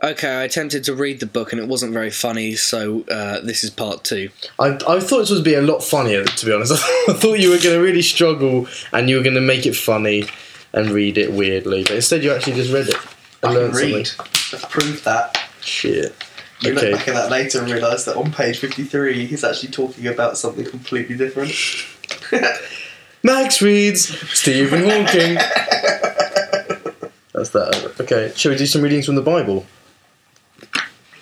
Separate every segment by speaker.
Speaker 1: Okay, I attempted to read the book and it wasn't very funny, so uh, this is part two.
Speaker 2: I, I thought this would be a lot funnier, to be honest. I thought you were going to really struggle and you were going to make it funny and read it weirdly. But instead, you actually just read it and
Speaker 3: I can
Speaker 2: learned something.
Speaker 3: read. I've proved that.
Speaker 2: Shit.
Speaker 3: You
Speaker 2: Okay.
Speaker 3: look back at that later and realise that on page 53 he's actually talking about something completely different.
Speaker 2: Max reads Stephen Hawking. That's that. Okay, shall we do some readings from the Bible?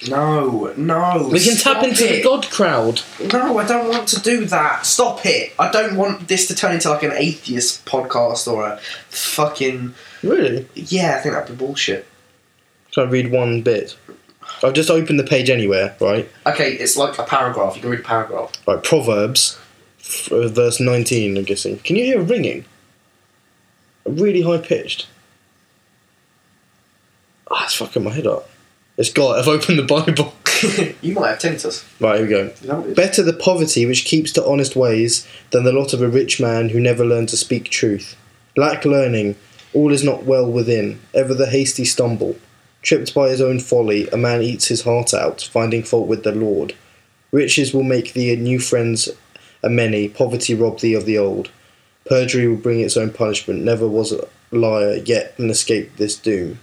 Speaker 3: No, no.
Speaker 2: We can
Speaker 3: stop
Speaker 2: tap into the
Speaker 3: it.
Speaker 2: God crowd.
Speaker 3: No, I don't want to do that. Stop it. I don't want this to turn into like an atheist podcast or a fucking.
Speaker 2: Really?
Speaker 3: Yeah, I think that'd be bullshit.
Speaker 2: Can I read one bit? I've just opened the page anywhere, right?
Speaker 3: Okay, it's like a paragraph. You can read a paragraph.
Speaker 2: Right, Proverbs, f- uh, verse 19, I'm guessing. Can you hear a ringing? Really high pitched. Ah, it's fucking my head up. It's God. I've opened the Bible.
Speaker 3: you might have tinnitus.
Speaker 2: Right, here we go.
Speaker 3: You know what it is?
Speaker 2: Better the poverty which keeps to honest ways than the lot of a rich man who never learned to speak truth. Lack learning, all is not well within, ever the hasty stumble. Tripped by his own folly, a man eats his heart out, finding fault with the Lord. Riches will make thee new friends a many, poverty rob thee of the old. Perjury will bring its own punishment, never was a liar yet and escaped this doom.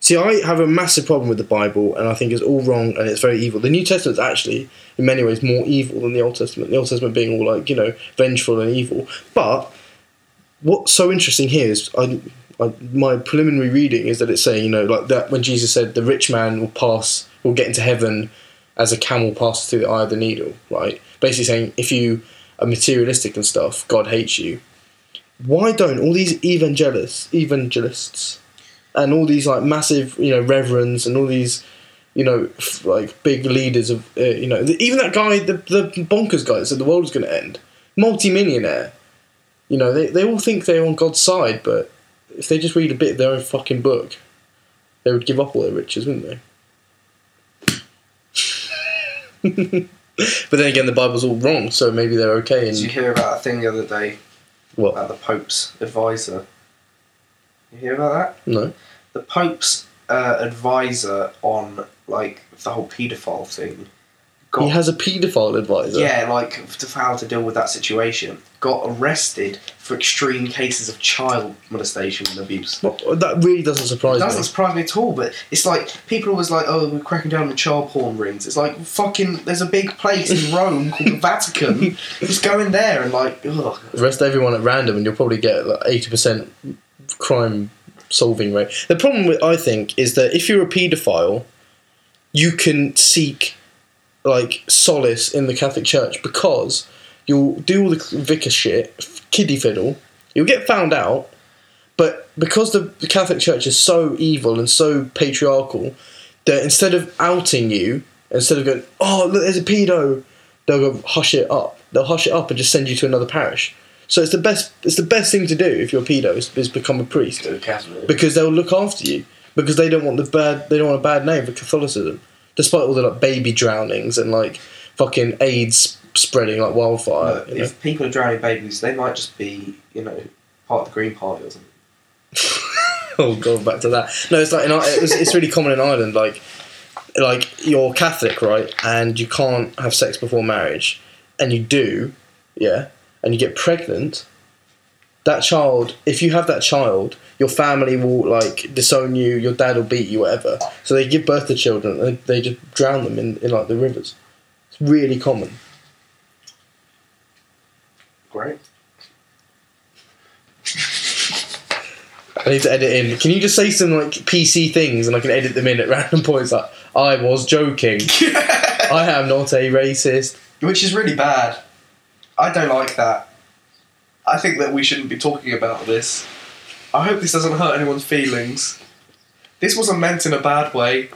Speaker 2: See, I have a massive problem with the Bible, and I think it's all wrong and it's very evil. The New Testament's actually, in many ways, more evil than the Old Testament. The Old Testament being all like, you know, vengeful and evil. But what's so interesting here is I, I, my preliminary reading is that it's saying, you know, like that when Jesus said the rich man will pass, will get into heaven as a camel passes through the eye of the needle, right? Basically saying if you are materialistic and stuff, God hates you. Why don't all these evangelists, evangelists, and all these like massive, you know, reverends and all these, you know, f- like big leaders of, uh, you know, the, even that guy, the, the bonkers guy that said the world's going to end, multi-millionaire, you know, they, they all think they're on God's side, but if they just read a bit of their own fucking book, they would give up all their riches, wouldn't they? but then again, the Bible's all wrong, so maybe they're okay.
Speaker 3: Did you
Speaker 2: And
Speaker 3: hear about a thing the other day
Speaker 2: what?
Speaker 3: about the Pope's advisor? You hear about that?
Speaker 2: No.
Speaker 3: the Pope's uh, advisor on like the whole paedophile thing. Got,
Speaker 2: He has a paedophile advisor.
Speaker 3: yeah, like f- to how to deal with that situation. Got arrested for extreme cases of child molestation and abuse.
Speaker 2: Well, that really doesn't surprise
Speaker 3: It doesn't
Speaker 2: me.
Speaker 3: surprise me at all, but it's like people are always like, "Oh, we're cracking down on child porn rings." It's like fucking. There's a big place in Rome called the Vatican. Just go in there and like, ugh.
Speaker 2: Arrest everyone at random, and you'll probably get like eighty percent crime solving rate. The problem with I think is that if you're a paedophile, you can seek like solace in the Catholic Church because you'll do all the vicar shit, kiddie fiddle. You'll get found out, but because the the Catholic Church is so evil and so patriarchal, that instead of outing you, instead of going, oh look, there's a pedo, they'll go hush it up. They'll hush it up and just send you to another parish. So it's the best. It's the best thing to do if you're a pedo is, is become a priest because they'll look after you because they don't want the bad they don't want a bad name for Catholicism, despite all the like baby drownings and like fucking AIDS spreading like wildfire.
Speaker 3: Look,
Speaker 2: you know?
Speaker 3: if people are drowning babies, they might just be, you know, part of the Green Party or something.
Speaker 2: oh god, back to that. No, it's like in, it was, it's really common in Ireland. Like, like you're Catholic, right? And you can't have sex before marriage, and you do, yeah, and you get pregnant. That child, if you have that child, your family will like disown you. Your dad will beat you, whatever. So they give birth to children, and they just drown them in, in like the rivers. It's really common.
Speaker 3: Great.
Speaker 2: I need to edit in. Can you just say some like PC things and I can edit them in at random points? Like I was joking. I am not a racist.
Speaker 3: which is really bad. I don't like that. I think that we shouldn't be talking about this. I hope this doesn't hurt anyone's feelings. This wasn't meant in a bad way.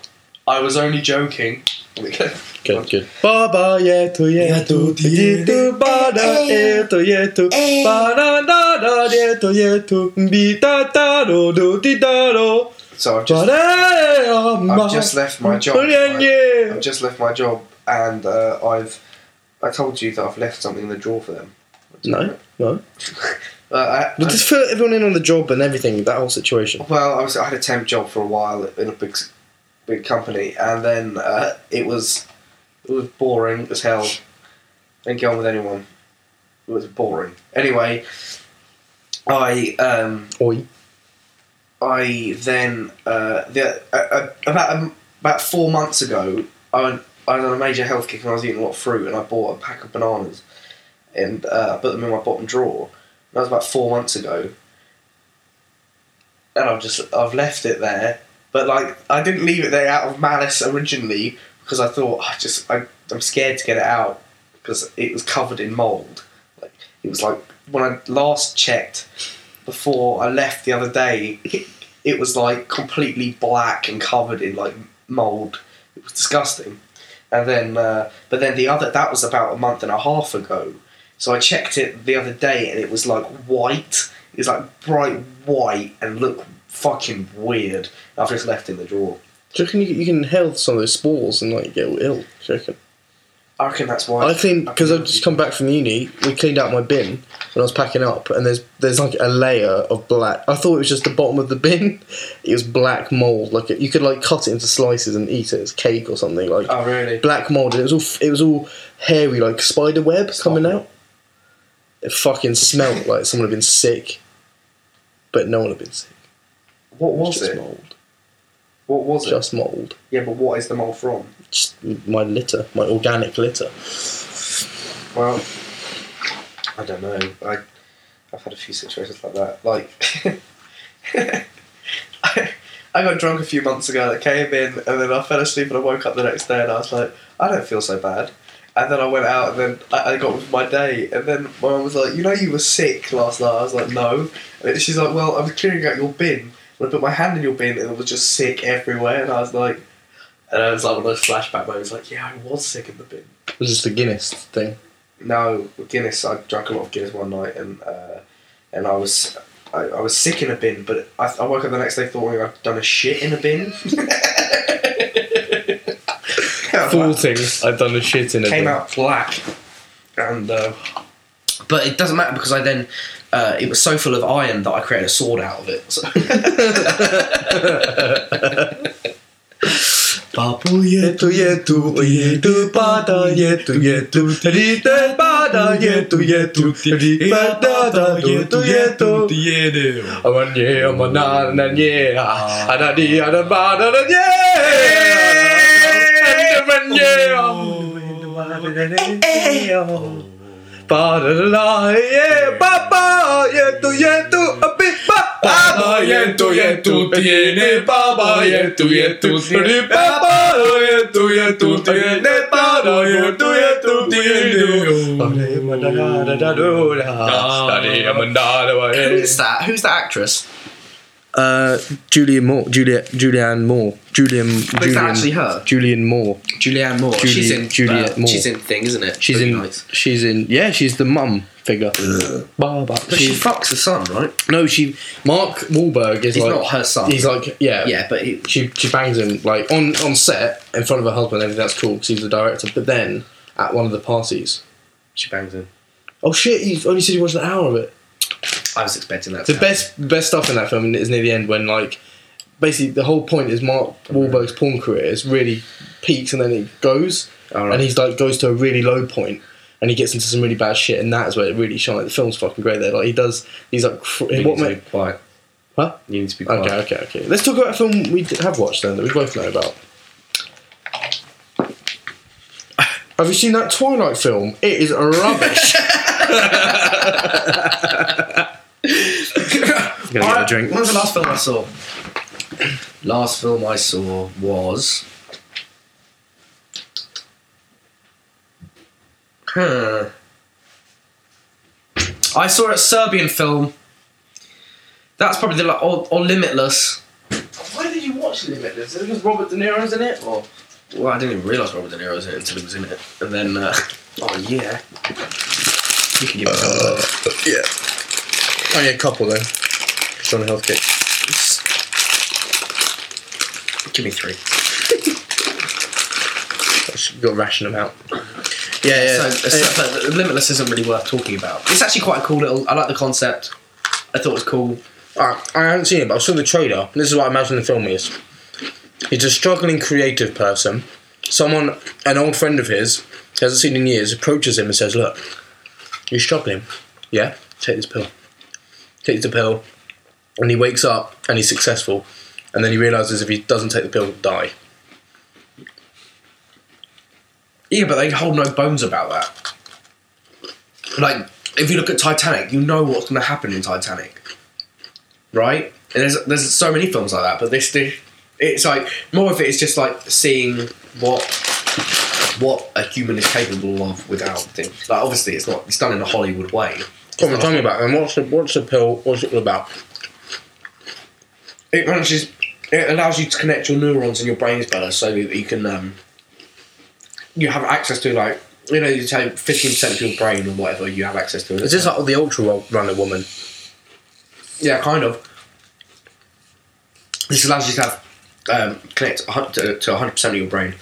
Speaker 3: I was only joking.
Speaker 2: Good, good. Baba yetu yetu yetu
Speaker 3: eh,
Speaker 2: bana yetu yetu bana da da yetu yetu di da da do do di da do oh,
Speaker 3: So I've just,
Speaker 2: bana.
Speaker 3: I've just left my job. right? I've just left my job, and uh, I've. I told you that I've left something in the drawer for them.
Speaker 2: No, no.
Speaker 3: Uh, I,
Speaker 2: But just fill everyone in on the job and everything, that whole situation.
Speaker 3: well, I, was, I had a temp job for a while in a big big company, and then uh, it was it was boring as hell. Didn't get on with anyone. It was boring. Anyway, I um,
Speaker 2: Oi.
Speaker 3: I then uh, the, uh, uh, about um, about four months ago, I went, I had a major health kick and I was eating a lot of fruit and I bought a pack of bananas and uh, put them in my bottom drawer. That was about four months ago, and I've just I've left it there. But like I didn't leave it there out of malice originally because I thought I just I, I'm scared to get it out because it was covered in mold. Like it was like when I last checked before I left the other day, it was like completely black and covered in like mold. It was disgusting. And then, uh, but then the other that was about a month and a half ago. So I checked it the other day, and it was like white. It was like bright white and looked fucking weird. I've just left it in the drawer.
Speaker 2: Do you reckon you, you can inhale some of those spores and like get ill? Do you reckon?
Speaker 3: I reckon that's why.
Speaker 2: I cleaned because I've just come back from uni. We cleaned out my bin when I was packing up, and there's there's like a layer of black. I thought it was just the bottom of the bin. It was black mold. Like you could like cut it into slices and eat it as cake or something. Like
Speaker 3: Oh really?
Speaker 2: black mold. And it was all f- it was all hairy like spider web
Speaker 3: Stop
Speaker 2: coming
Speaker 3: it.
Speaker 2: out. It fucking smelt like someone had been sick, but no one had been sick.
Speaker 3: What
Speaker 2: It was
Speaker 3: was
Speaker 2: just
Speaker 3: it?
Speaker 2: mold?
Speaker 3: What was it?
Speaker 2: Just mold.
Speaker 3: Yeah, but what is the mold from?
Speaker 2: Just my litter, my organic litter.
Speaker 3: Well, I don't know. I, I've had a few situations like that. Like, I, I got drunk a few months ago. I came in and then I fell asleep and I woke up the next day and I was like, I don't feel so bad. And then I went out and then I, I got with my day. And then my mum was like, You know, you were sick last night. I was like, No. And she's like, Well, I was clearing out your bin. And I put my hand in your bin and it was just sick everywhere. And I was like, And I was like, one of those flashback moments, like, Yeah, I was sick in the bin.
Speaker 2: It was just the Guinness thing.
Speaker 3: No, Guinness. I drank a lot of Guinness one night, and uh, and I was I, I was sick in a bin, but I, I woke up the next day thinking I'd done a shit in a bin.
Speaker 2: Four things I've done the shit in. a
Speaker 3: Came
Speaker 2: bin.
Speaker 3: out black, and uh, but it doesn't matter because I then uh, it was so full of iron that I created a sword out of it. So.
Speaker 2: Yetu, yetu, yetu, pada, yetu, yetu, rite, pada, yetu, yetu, rite, pada, yetu, yetu, amanye, amana, nanye, anani, anabada, nanye, anamanye, pada, la, ye, papa, yetu, yetu, api, pa,
Speaker 4: Papá y tú y tú tiene papá y tú y tú tiene papá y tú y tú tiene papá y tú y tú tiene.
Speaker 3: Ah. Who's Oh. that? Who's the actress?
Speaker 2: Uh, Julian Moore, Julia, Julianne Moore, Julian,
Speaker 3: that
Speaker 2: Julian,
Speaker 3: actually her?
Speaker 2: Julian Moore.
Speaker 1: Julianne Moore.
Speaker 2: Julie-
Speaker 1: she's in.
Speaker 2: Juliet
Speaker 1: uh,
Speaker 2: Moore.
Speaker 1: She's in thing, isn't it?
Speaker 2: She's
Speaker 1: Pretty
Speaker 2: in,
Speaker 1: nice.
Speaker 2: she's in, yeah, she's the mum figure. Baba.
Speaker 1: But she,
Speaker 2: She,
Speaker 1: fucks her son, right?
Speaker 2: no, she. Mark Wahlberg is
Speaker 1: He's
Speaker 2: like
Speaker 1: not her son.
Speaker 2: He's like, yeah,
Speaker 1: yeah, but he,
Speaker 2: She she bangs him like on on set in front of her husband. and Everything that's cool because he's the director. But then at one of the parties,
Speaker 1: she bangs him.
Speaker 2: oh shit! You only said you watched an hour of it.
Speaker 1: I was expecting that.
Speaker 2: The
Speaker 1: to
Speaker 2: best best stuff in that film is near the end when like basically the whole point is Mark Wahlberg's porn career is really peaks and then it goes
Speaker 1: happen. All right.
Speaker 2: and he's like goes to a really low point and he gets into some really bad shit and that is where it really shines. The film's fucking great there. Like he does he's like cr-
Speaker 1: you
Speaker 2: what
Speaker 1: need
Speaker 2: ma-
Speaker 1: to be quiet.
Speaker 2: Huh?
Speaker 1: You need to be quiet.
Speaker 2: Okay, okay, okay. Let's talk about a film we d- have watched then that we both know about. Have you seen that Twilight film? It is rubbish. I'm gonna get a drink.
Speaker 1: What was the last film I saw? Last film I saw was. Huh. I saw a Serbian film. That's probably the la- or, or Limitless.
Speaker 3: Why did you watch Limitless? Is it because Robert De Niro's in it, or?
Speaker 1: Well, I didn't even realise Robert De Niro was in it until he was in it, and then. Uh,
Speaker 3: Oh yeah.
Speaker 1: you can give me some of those.
Speaker 2: Only a Oh, couple though. Just on a health kick.
Speaker 1: Give me three.
Speaker 2: Just got to ration them out. Yeah, yeah.
Speaker 1: So, so- but Limitless isn't really worth talking about. It's actually quite a cool little. I like the concept. I thought it was cool.
Speaker 2: Uh, I haven't seen it, but I saw the trailer. This is what I imagine the film is. He's a struggling creative person. Someone, an old friend of his, he hasn't seen in years, approaches him and says, "Look, you're struggling. Yeah, take this pill. Takes the pill, and he wakes up and he's successful, and then he realizes if he doesn't take the pill, he'll die.
Speaker 5: Yeah, but they hold no bones about that. Like, if you look at Titanic, you know what's going to happen in Titanic, right? And there's there's so many films like that, but this this it's like more of it is just like seeing what what a human is capable of without things. Like, obviously, it's not it's done in a Hollywood way.
Speaker 2: Come on, tell me about it. And what's the, what's the pill? What's it all about?
Speaker 5: It manages it allows you to connect your neurons and your brains better, so that you can um, you have access to like. You know, you take fifteen percent of your brain or whatever you have access to.
Speaker 2: Is this like the ultra runner woman?
Speaker 5: Yeah, kind of. This allows you to have um, connect a hun- to to 100% of your brain,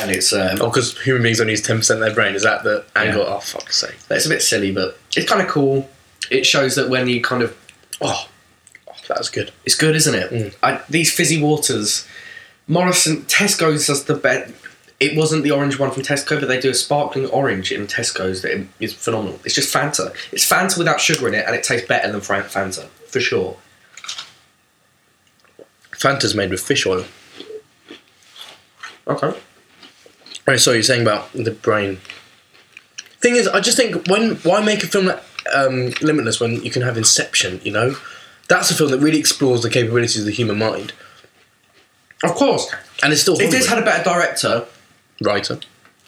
Speaker 5: and it's um,
Speaker 2: Oh, because human beings only use ten percent of their brain. Is that the angle? Oh, fuck's sake!
Speaker 5: it's a bit silly, but it's kind of cool. It shows that when you kind of oh,
Speaker 2: That's good.
Speaker 5: it's good, isn't it? I, these fizzy waters, Morrison Tesco's does the best. It wasn't the orange one from Tesco, but they do a sparkling orange in Tesco's that is phenomenal. It's just Fanta. It's Fanta without sugar in it, and it tastes better than Fran- Fanta for sure.
Speaker 2: Fanta's made with fish oil.
Speaker 5: Okay.
Speaker 2: I saw you saying about the brain. Thing is, I just think when why make a film like um, Limitless when you can have Inception? You know, that's a film that really explores the capabilities of the human mind,
Speaker 5: Of course,
Speaker 2: and it's still
Speaker 5: if this had
Speaker 2: Hollywood.
Speaker 5: a better director,
Speaker 2: writer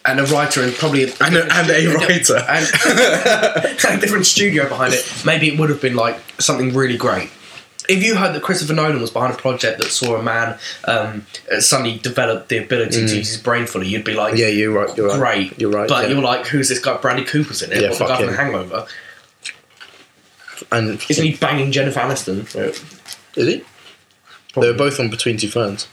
Speaker 5: and a writer and probably a,
Speaker 2: and a, and a writer.
Speaker 5: and a different studio behind it, maybe it would have been like something really great. If you heard that Christopher Nolan was behind a project that saw a man um, suddenly develop the ability to use his brain fully, you'd be like,
Speaker 2: Mm. yeah, you're right. You're right.
Speaker 5: great.
Speaker 2: You're right.
Speaker 5: But
Speaker 2: yeah.
Speaker 5: you're like, who's this guy? Bradley Cooper's in it.
Speaker 2: Yeah,
Speaker 5: What's the guy
Speaker 2: fuck
Speaker 5: from The
Speaker 2: him.
Speaker 5: Hangover?
Speaker 2: and
Speaker 5: Isn't he banging Jennifer Aniston?
Speaker 2: Is he? They were both on Between Two Ferns.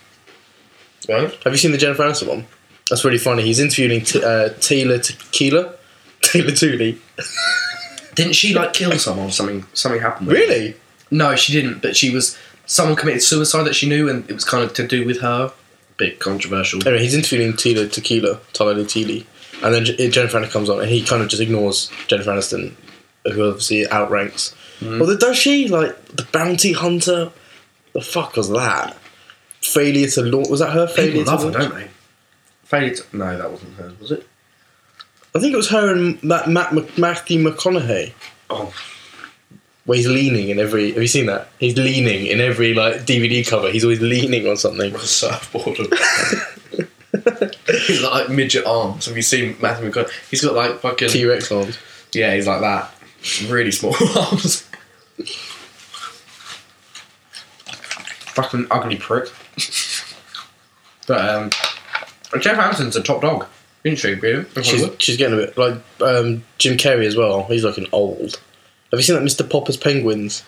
Speaker 5: Right?
Speaker 2: Have you seen the Jennifer Aniston one? That's really funny. He's interviewing t- uh, Taylor Tequila. Taylor Tooley.
Speaker 5: Didn't she like kill someone or something? Something happened. with her?
Speaker 2: Really?
Speaker 5: No, she didn't. But she was someone committed suicide that she knew, and it was kind of to do with her. Bit controversial.
Speaker 2: Anyway, he's interviewing Taylor Tequila, Tyler Teely. And then J- eh, Jennifer Aniston comes on and he kind of just ignores Jennifer Aniston, who obviously outranks.
Speaker 5: Mm-hmm.
Speaker 2: Although, does she? Like, the bounty hunter? The fuck was that? Failure to launch. Was that her failure
Speaker 5: People love
Speaker 2: to
Speaker 5: her,
Speaker 2: launch?
Speaker 5: don't they? Failure to- No, that wasn't hers, was it?
Speaker 2: I think it was her and that Matt Mc- Matthew McConaughey.
Speaker 5: Oh.
Speaker 2: Where he's leaning in every. Have you seen that? He's leaning in every like DVD cover. He's always leaning on something.
Speaker 5: A surfboard. he's got like midget arms. Have you seen Matthew McConaughey? He's got like fucking.
Speaker 2: T Rex arms.
Speaker 5: Yeah, he's like that. Really small arms. Fucking ugly prick. but, um. Jeff Anderson's a top dog, isn't she, really? In
Speaker 2: She's,
Speaker 5: Hollywood?
Speaker 2: she's getting a bit like um, Jim Carrey as well. He's looking old. Have you seen that Mr. Popper's Penguins?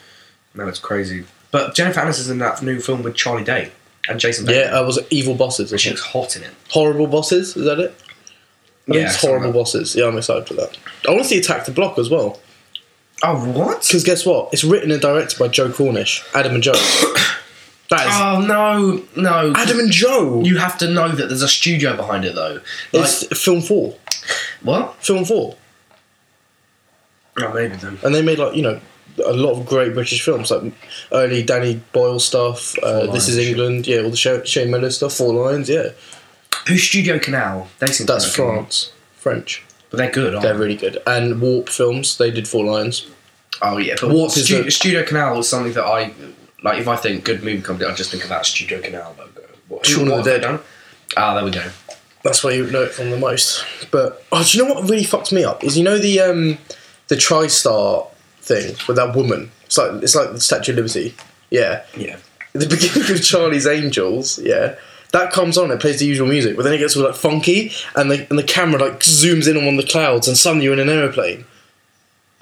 Speaker 5: No, it's crazy. But Jennifer Aniston's in that new film with Charlie Day and Jason
Speaker 2: Yeah,
Speaker 5: Bateman.
Speaker 2: uh, was it Evil Bosses? Or
Speaker 5: she
Speaker 2: something?
Speaker 5: looks hot in it.
Speaker 2: Horrible Bosses? Is that it? I think
Speaker 5: Yeah,
Speaker 2: it's Horrible
Speaker 5: something
Speaker 2: Bosses. Yeah, I'm excited for that. I want to see Attack the Block as well.
Speaker 5: Oh, what?
Speaker 2: Because guess what? It's written and directed by Joe Cornish, Adam and Joe. that is
Speaker 5: Oh no, no.
Speaker 2: Adam and Joe.
Speaker 5: you have to know that there's a studio behind it though. Like,
Speaker 2: it's film four.
Speaker 5: what?
Speaker 2: Film four.
Speaker 5: Oh, maybe then.
Speaker 2: and they made like you know a lot of great British films like early Danny Boyle stuff. Uh, this
Speaker 5: Lions,
Speaker 2: is England, yeah, all the Sha- Shane Miller stuff. Four Lions, yeah,
Speaker 5: Who's Studio Canal? They seem
Speaker 2: that's
Speaker 5: fucking-
Speaker 2: France, French.
Speaker 5: but they're good. Aren't
Speaker 2: They're
Speaker 5: they?
Speaker 2: really good. And Warp Films, they did Four Lions.
Speaker 5: Oh yeah, but
Speaker 2: What
Speaker 5: what
Speaker 2: is
Speaker 5: Stu-
Speaker 2: the-
Speaker 5: Studio Canal is something that I like. If I think good movie company, I just think of that Studio Canal logo. What,
Speaker 2: Shaun of
Speaker 5: what
Speaker 2: the
Speaker 5: have they
Speaker 2: Dead.
Speaker 5: done? Ah, there we go.
Speaker 2: That's where you know it from the most. But oh, do you know what really fucked me up is you know the um the TriStar thing with that woman. It's like it's like the Statue of Liberty. Yeah,
Speaker 5: Yeah.
Speaker 2: At the beginning of Charlie's Angels, yeah, that comes on. It plays the usual music, but then it gets all like funky, and the and the camera like zooms in on one of the clouds, and suddenly you're in an aeroplane.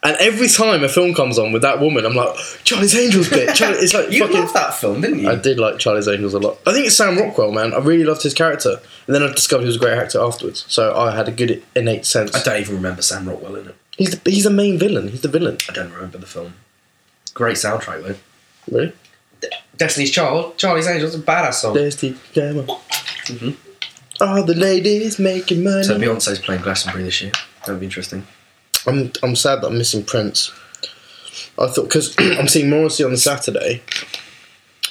Speaker 2: And every time a film comes on with that woman, I'm like, Charlie's Angels, bit. Charlie, it's like
Speaker 5: You
Speaker 2: fucking.
Speaker 5: loved that film, didn't you?
Speaker 2: I did like Charlie's Angels a lot. I think it's Sam Rockwell, man. I really loved his character, and then I discovered he was a great actor afterwards. So I had a good innate sense.
Speaker 5: I don't even remember Sam Rockwell in it.
Speaker 2: He's the, he's the main villain. He's the villain.
Speaker 5: I don't remember the film. Great soundtrack though.
Speaker 2: Really?
Speaker 5: Destiny's Child, Charlie's Angels, a badass song.
Speaker 2: There's the camera.
Speaker 5: Mm-hmm.
Speaker 2: Are the ladies making money?
Speaker 5: So Beyonce's playing Glastonbury this year. That'd be interesting.
Speaker 2: I'm I'm sad that I'm missing Prince. I thought because I'm seeing Morrissey on Saturday.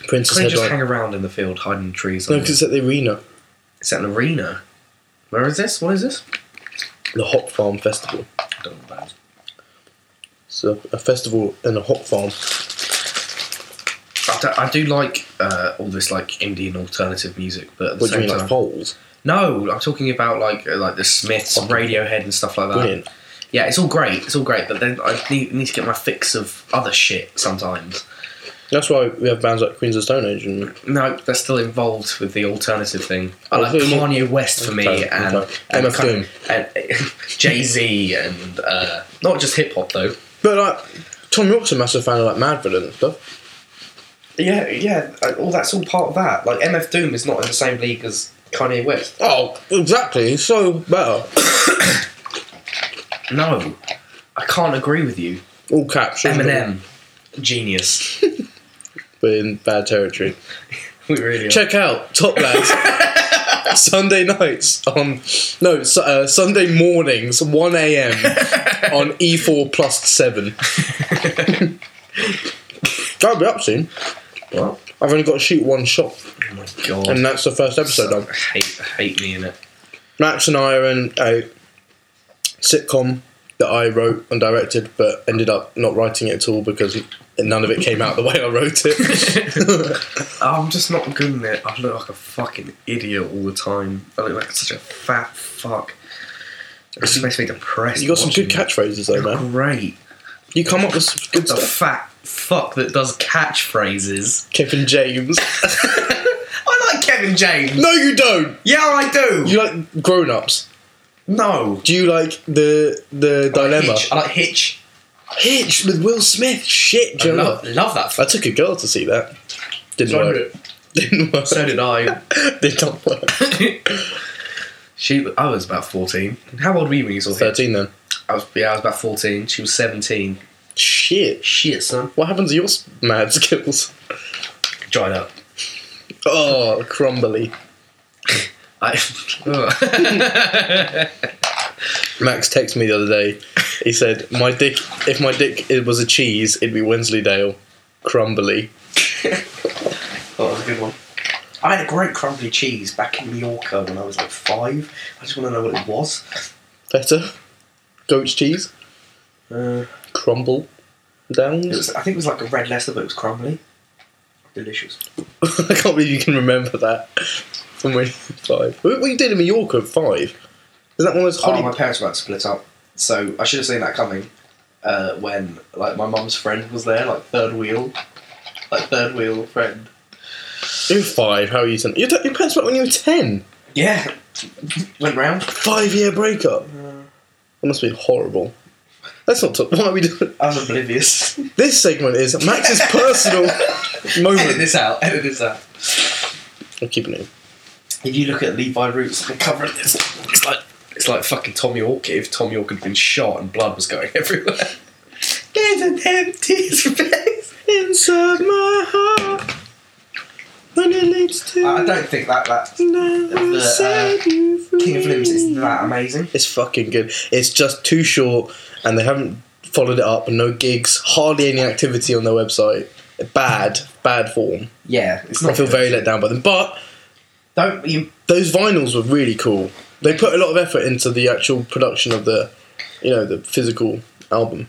Speaker 2: Prince
Speaker 5: Couldn't
Speaker 2: is
Speaker 5: just
Speaker 2: headline.
Speaker 5: hang around in the field hiding in trees.
Speaker 2: No, because it's at the arena,
Speaker 5: it's at an arena. Where is this? What is this?
Speaker 2: the Hop Farm Festival.
Speaker 5: I don't know about it.
Speaker 2: It's a, a festival in a hop farm.
Speaker 5: I do, I do like uh, all this like Indian alternative music, but at the
Speaker 2: What do you
Speaker 5: same
Speaker 2: mean,
Speaker 5: time,
Speaker 2: like poles?
Speaker 5: no, I'm talking about like uh, like the Smiths, and Radiohead, and stuff like that.
Speaker 2: Brilliant.
Speaker 5: Yeah, it's all great, it's all great, but then I need, need to get my fix of other shit sometimes.
Speaker 2: That's why we have bands like Queens of Stone Age and
Speaker 5: No, they're still involved with the alternative thing. I like
Speaker 2: Oh, who-
Speaker 5: Kanye West for me,
Speaker 2: Okay,
Speaker 5: and
Speaker 2: okay.
Speaker 5: and,
Speaker 2: MF Doom.
Speaker 5: Jay Z, and uh, not just hip hop though.
Speaker 2: But like Tom York's a massive fan of like Mad Villain and stuff.
Speaker 5: Yeah, yeah, uh, all that's all part of that. Like MF Doom is not in the same league as Kanye West.
Speaker 2: Oh, exactly. He's so better.
Speaker 5: No, I can't agree with you.
Speaker 2: All caps.
Speaker 5: Eminem, genius.
Speaker 2: But in bad territory.
Speaker 5: We really are.
Speaker 2: Check out Top Lads. Sunday nights on no su- uh, Sunday mornings, one a.m. on E4 plus seven. I'll be up soon.
Speaker 5: What?
Speaker 2: I've only got to shoot one shot,
Speaker 5: Oh my god.
Speaker 2: and that's the first episode.
Speaker 5: I
Speaker 2: done.
Speaker 5: hate, hate me in it.
Speaker 2: Max and I are in a sitcom that I wrote and directed, but ended up not writing it at all because none of it came out the way I wrote it.
Speaker 5: Oh, I'm just not good in it. I look like a fucking idiot all the time. I look like such a fat fuck. It just makes me depressed.
Speaker 2: you got some good
Speaker 5: watching it.
Speaker 2: catchphrases though, man.
Speaker 5: Great.
Speaker 2: You come up with some good
Speaker 5: The
Speaker 2: stuff.
Speaker 5: fat fuck that does catchphrases.
Speaker 2: Kevin James.
Speaker 5: I like Kevin James.
Speaker 2: no, you don't.
Speaker 5: Yeah, I do.
Speaker 2: You like grown ups.
Speaker 5: no.
Speaker 2: Do you like the the dilemma?
Speaker 5: Hitch. I like Hitch.
Speaker 2: Hitch with Will Smith. Shit,
Speaker 5: I
Speaker 2: Joe.
Speaker 5: love, love that.
Speaker 2: I
Speaker 5: Fuck.
Speaker 2: took a girl to see that. Didn't
Speaker 5: So
Speaker 2: work. Didn't work.
Speaker 5: So did I.
Speaker 2: Did not work.
Speaker 5: she. I was about fourteen. How old were you when you saw Hitch?
Speaker 2: Thirteen then.
Speaker 5: I was, yeah, I was about fourteen. She was seventeen.
Speaker 2: Shit.
Speaker 5: Shit, son.
Speaker 2: What happened to your s- mad skills?
Speaker 5: Dried up.
Speaker 2: Oh, crumbly.
Speaker 5: I,
Speaker 2: Max texted me the other day. He said, "My dick. If my dick it was a cheese, it'd be Wensleydale. Crumbly.
Speaker 5: that was Oh, a good one. I had a great crumbly cheese back in Mallorca when I was like five. I just want to know what it was.
Speaker 2: Better. Goat's cheese.
Speaker 5: Uh,
Speaker 2: Crumble.
Speaker 5: it
Speaker 2: Downs.
Speaker 5: was, I think it was like a red Leicester, but it was crumbly. Delicious.
Speaker 2: I can't believe you can remember that from when you were five. What, what you did in Mallorca at five? Is that one of those
Speaker 5: Oh,
Speaker 2: Holly?
Speaker 5: my parents were about to split up, so I should have seen that coming. Uh, when like my mum's friend was there, like third wheel, like third wheel friend.
Speaker 2: You're five. How are you ten? Your, t- your parents met when you were ten.
Speaker 5: Yeah, went round.
Speaker 2: Five year breakup. That must be horrible. Let's not talk. Why are we doing
Speaker 5: I was oblivious.
Speaker 2: this segment? Is Max's personal
Speaker 5: edit
Speaker 2: moment?
Speaker 5: this out. Edit this out.
Speaker 2: I'm keeping it.
Speaker 5: If you look at Levi Roots on the cover of this, it's like it's like fucking Tom York if Tom York had been shot and blood was going everywhere. There's an empty space.
Speaker 2: Inside my heart, when it leads to
Speaker 5: I don't think that that
Speaker 2: never
Speaker 5: Uh, the, uh,
Speaker 2: set you
Speaker 5: King of Limbs is
Speaker 2: free.
Speaker 5: that amazing.
Speaker 2: It's fucking good. It's just too short, and they haven't followed it up. No gigs, hardly any activity on their website. Bad, bad form.
Speaker 5: Yeah, it's not.
Speaker 2: I feel
Speaker 5: good.
Speaker 2: very let down by them. But
Speaker 5: Don't you?
Speaker 2: those vinyls were really cool. They put a lot of effort into the actual production of the, you know, the physical album.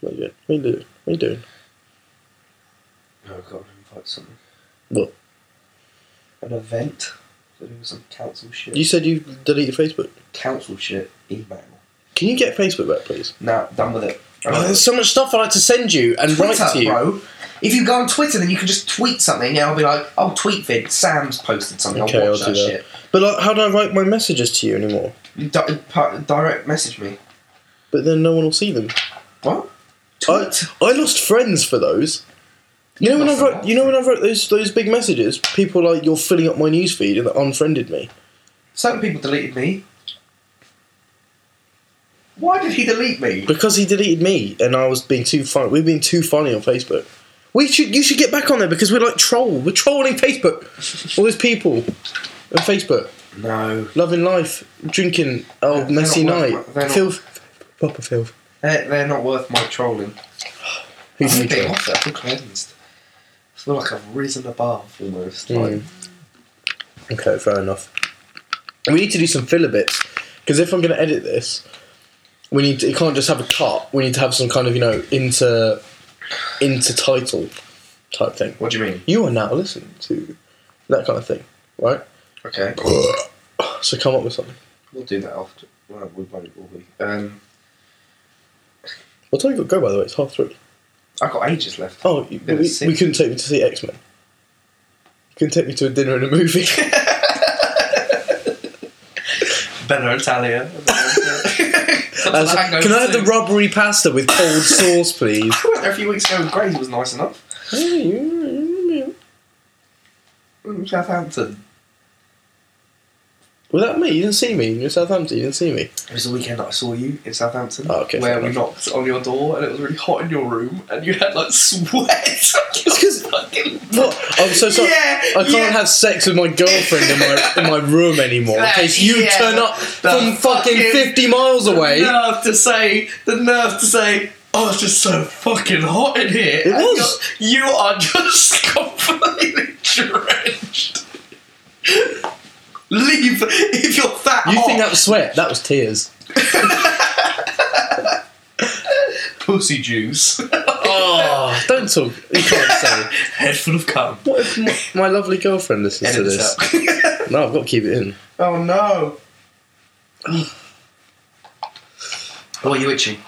Speaker 2: What are you doing? What are you doing? What are you doing?
Speaker 5: Oh god, invite something.
Speaker 2: What?
Speaker 5: An event. So do some council shit.
Speaker 2: You said you deleted Facebook.
Speaker 5: council shit. Email.
Speaker 2: Can you get Facebook back, please?
Speaker 5: Now done with it.
Speaker 2: Oh, there's so much stuff I like to send you and write to
Speaker 5: Uh, Twitter,
Speaker 2: you.
Speaker 5: bro. If you go on Twitter, then you can just tweet something, and I'll be
Speaker 2: Uh,
Speaker 5: like, "Oh, tweet vid. Sam's posted something.
Speaker 2: Okay,
Speaker 5: I'll
Speaker 2: I'll
Speaker 5: watch
Speaker 2: do
Speaker 5: that,
Speaker 2: that.
Speaker 5: shit."
Speaker 2: But like, how do I write my messages to you anymore?
Speaker 5: You di- pu- direct message me.
Speaker 2: But then no one will see them.
Speaker 5: What?
Speaker 2: I, I lost friends for those. You know when I
Speaker 5: lost
Speaker 2: wrote,
Speaker 5: them.
Speaker 2: you know when I wrote those those big messages, people like you're filling up my newsfeed and unfriended me.
Speaker 5: Certain people deleted me. Why did he delete me?
Speaker 2: Because he deleted me and I was being too funny. We were being too funny on Facebook. We should you should get back on there because we're like troll. We're trolling Facebook. All these people on Facebook.
Speaker 5: No.
Speaker 2: Loving life, drinking oh messy
Speaker 5: not worth
Speaker 2: night.
Speaker 5: my- they're not-
Speaker 2: Filth proper filth.
Speaker 5: They're, they're not worth my trolling.
Speaker 2: Who's
Speaker 5: I'm
Speaker 2: you
Speaker 5: being
Speaker 2: troll?
Speaker 5: off it. I feel cleansed. I feel like I've risen above almost. Like,
Speaker 2: Mm. Okay, fair enough. We need to do some filler bits because if I'm going to edit this, we need to, it can't just have a cut. We need to have some kind of you know inter inter title type thing.
Speaker 5: what do you mean?
Speaker 2: You are now listening to that kind of thing, right?
Speaker 5: Okay.
Speaker 2: So come up with something.
Speaker 5: We'll do that after. Well, we won't, will we? Um,
Speaker 2: What time you got to go by the way? It's half three.
Speaker 5: I've got ages left.
Speaker 2: Oh, you-
Speaker 5: Yeah,
Speaker 2: we,
Speaker 5: it's
Speaker 2: we
Speaker 5: six.
Speaker 2: couldn't take me to see X Men. Couldn't take me to a dinner and a movie.
Speaker 5: Bello Italia.
Speaker 2: I was like, Can I have the rubbery pasta with cold sauce, please?
Speaker 5: I went there a few weeks ago and Grays was nice enough.
Speaker 2: Was
Speaker 5: Mm, Southampton.
Speaker 2: that me? You didn't see me. You're in Southampton. You didn't see me.
Speaker 5: It was the weekend that I saw you in Southampton.
Speaker 2: Oh, okay,
Speaker 5: where
Speaker 2: fair
Speaker 5: we knocked on your door and it was really hot in your room and you had like sweat.
Speaker 2: It's 'cause-
Speaker 5: fucking.
Speaker 2: What? I'm so sorry.
Speaker 5: Yeah,
Speaker 2: I can't
Speaker 5: yeah.
Speaker 2: have sex with my girlfriend in my in my room anymore. In
Speaker 5: That-
Speaker 2: case you
Speaker 5: yeah.
Speaker 2: turn up from fucking,
Speaker 5: fucking-
Speaker 2: fifty miles away.
Speaker 5: The nerve to say, the nerve to say, oh, it's just so fucking hot in here.
Speaker 2: It
Speaker 5: And
Speaker 2: was.
Speaker 5: you're- You are just completely drenched. Leave if you're that
Speaker 2: You
Speaker 5: hot.
Speaker 2: think that was sweat? That was tears.
Speaker 5: pussy juice?
Speaker 2: Oh, don't talk. You can't say.
Speaker 5: Head full of cum.
Speaker 2: What if my, my lovely girlfriend listens to
Speaker 5: Edit
Speaker 2: this?
Speaker 5: this out.
Speaker 2: No, I've got to keep it in.
Speaker 5: Oh no. What are you itching?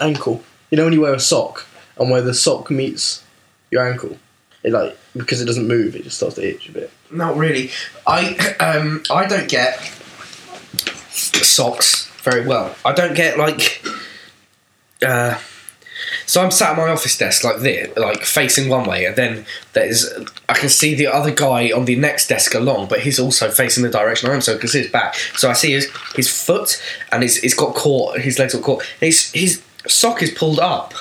Speaker 2: Ankle. You know when you wear a sock and where the sock meets your ankle, it like because it doesn't move, it just starts to itch a bit.
Speaker 5: Not really. I um I don't get socks very well. I don't get like uh so I'm sat at my office desk like this, like facing one way, and then there's I can see the other guy on the next desk along, but he's also facing the direction I'm so because his back. So I see his his foot and his it's got caught, his legs got caught. And his his sock is pulled up.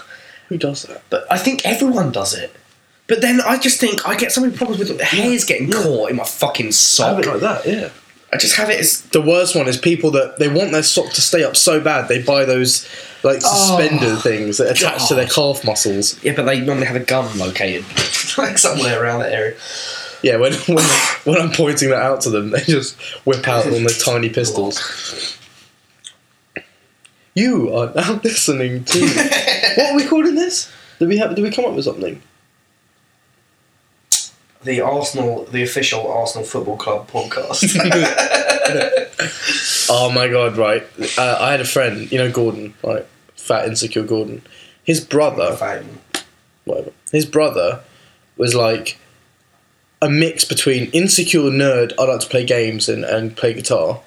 Speaker 2: Who does that?
Speaker 5: But I think everyone does it. But then I just think I get so many problems with the hairs getting caught in my
Speaker 2: I
Speaker 5: fucking
Speaker 2: have
Speaker 5: sock.
Speaker 2: it like that, yeah.
Speaker 5: I just have it as
Speaker 2: The worst one is people that they want their sock to stay up so bad they buy those like suspender things that attach to their calf muscles.
Speaker 5: yeah, but they normally have a gun located like somewhere around that area.
Speaker 2: Yeah, when when, when I'm pointing that out to them, they just whip out on their tiny pistols. You are now listening to what are we calling this? Did we have? Did we come up with something?
Speaker 5: The Arsenal, the official Arsenal Football Club podcast.
Speaker 2: Oh my god! Right, uh, I had a friend, you know Gordon, right? Fat insecure Gordon. His brother.
Speaker 5: Fame.
Speaker 2: whatever. His brother was like a mix between insecure nerd, I like to play games and, and play guitar,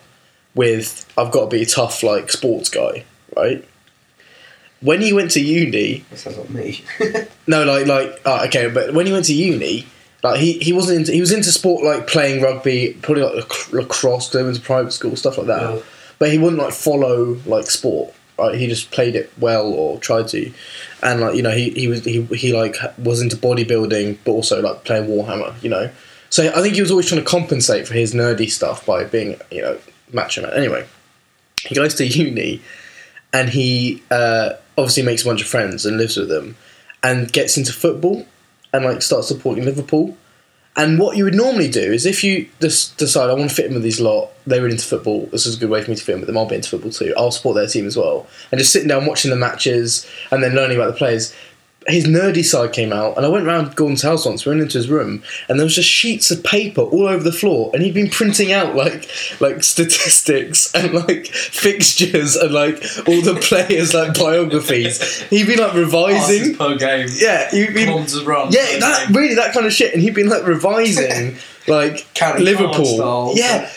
Speaker 2: with I've got to be a tough like sports guy, right? When he went to uni,
Speaker 5: That sounds like me.
Speaker 2: no, like like uh, okay, but when he went to uni, like he, he wasn't into, he was into sport like playing rugby, probably like lac- lacrosse, going into private school stuff like that.
Speaker 5: Yeah.
Speaker 2: But he wouldn't like follow like sport. Right, he just played it well or tried to, and like you know he, he was he, he like was into bodybuilding but also like playing Warhammer. You know, so I think he was always trying to compensate for his nerdy stuff by being you know macho man. Anyway, he goes to uni, and he uh, obviously makes a bunch of friends and lives with them and gets into football and like starts supporting Liverpool. And what you would normally do is if you just decide I want to fit in with these lot, they're really into football. This is a good way for me to fit in with them. I'll be into football too. I'll support their team as well. And just sitting down watching the matches and then learning about the players. His nerdy side came out, and I went round Gordon's house once. We went into his room, and there was just sheets of paper all over the floor, and he'd been printing out like like statistics and like fixtures and like all the players like biographies. He'd been like
Speaker 5: Oh,
Speaker 2: revising.
Speaker 3: Passes per game.
Speaker 2: Yeah, you'd been
Speaker 3: Kilometers run.
Speaker 2: yeah, that really that kind of shit, and he'd been like revising like
Speaker 3: Counting card
Speaker 2: Liverpool.
Speaker 3: style.
Speaker 2: Yeah,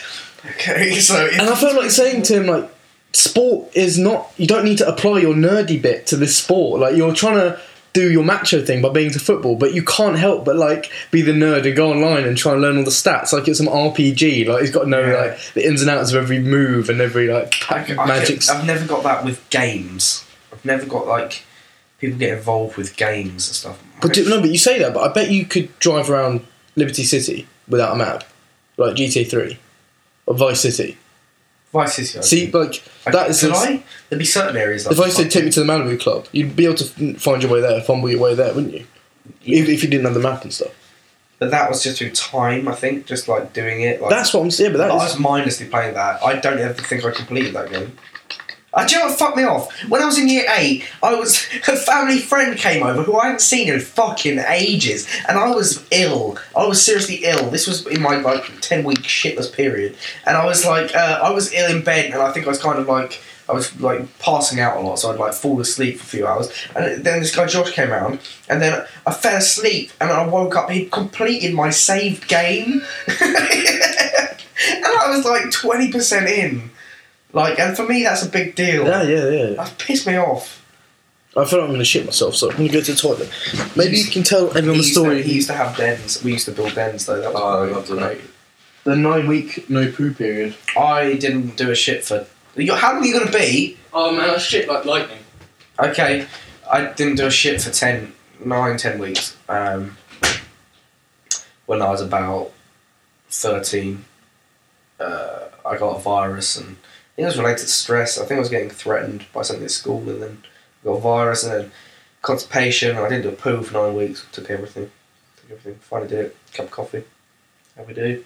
Speaker 5: okay, so
Speaker 2: and I felt like saying to him like, sport is not. You don't need to apply your nerdy bit to this sport. Like you're trying to do your macho thing by being to football, but you can't help but like be the nerd and go online and try and learn all the stats. Like it's some RPG. Like he's got to know
Speaker 5: Yeah.
Speaker 2: like the ins and outs of every move and every like
Speaker 5: I,
Speaker 2: pack
Speaker 5: I,
Speaker 2: of magic.
Speaker 5: I've never got that with games. I've never got like
Speaker 3: people get involved with games and stuff.
Speaker 2: But do, no, but you say that, but I bet you could drive around Liberty City without a map, like GTA Three or Vice City.
Speaker 3: Vice City. I
Speaker 2: See,
Speaker 3: think.
Speaker 2: like that is.
Speaker 3: could I? There'd be certain areas.
Speaker 2: If I said take me to the Malibu Club, you'd be able to f- find your way there, fumble your way there, wouldn't you? If, if you didn't have the map and stuff.
Speaker 3: but that was just through time. I think just like doing it. Like,
Speaker 2: That's what I'm saying, but
Speaker 3: I
Speaker 2: that
Speaker 3: was
Speaker 2: is.
Speaker 3: mindlessly playing that. I don't ever think I completed that game. Uh, do you know what fucked me off? When I was in year eight, I was a family friend came over who I hadn't seen in fucking ages, and I was ill. I was seriously ill. This was in my like ten week shitless period, and I was like, uh, I was ill in bed, and I think I was kind of like. I was like passing out a lot, so I'd like fall asleep for a few hours. And then this guy Josh came around, and then I fell asleep, and I woke up. He'd completed my saved game, and I was like twenty percent in. Like, and for me, that's a big deal.
Speaker 2: Yeah, yeah, yeah.
Speaker 3: That pissed me off.
Speaker 2: I feel like I'm going to shit myself, so I'm going to go to the toilet. Maybe you can tell everyone
Speaker 3: He
Speaker 2: the
Speaker 3: used, to,
Speaker 2: story.
Speaker 3: he used to have dens. We used to build dens though. That was
Speaker 6: Oh, I
Speaker 3: great.
Speaker 6: loved it.
Speaker 5: The nine week no poo period.
Speaker 3: I didn't do a shit for. you- How long are you gonna be?
Speaker 7: Oh man, I shit like lightning.
Speaker 3: Okay, I didn't do a shit for 10, 9, 10 weeks. Um, when I was about thirteen, uh, I got a virus, and I think it was related to stress. I think I was getting threatened by something at school, and then I got a virus, and then constipation. And I didn't do a poo for nine weeks. Took everything. Took everything. Finally did it. Cup of coffee. How we do.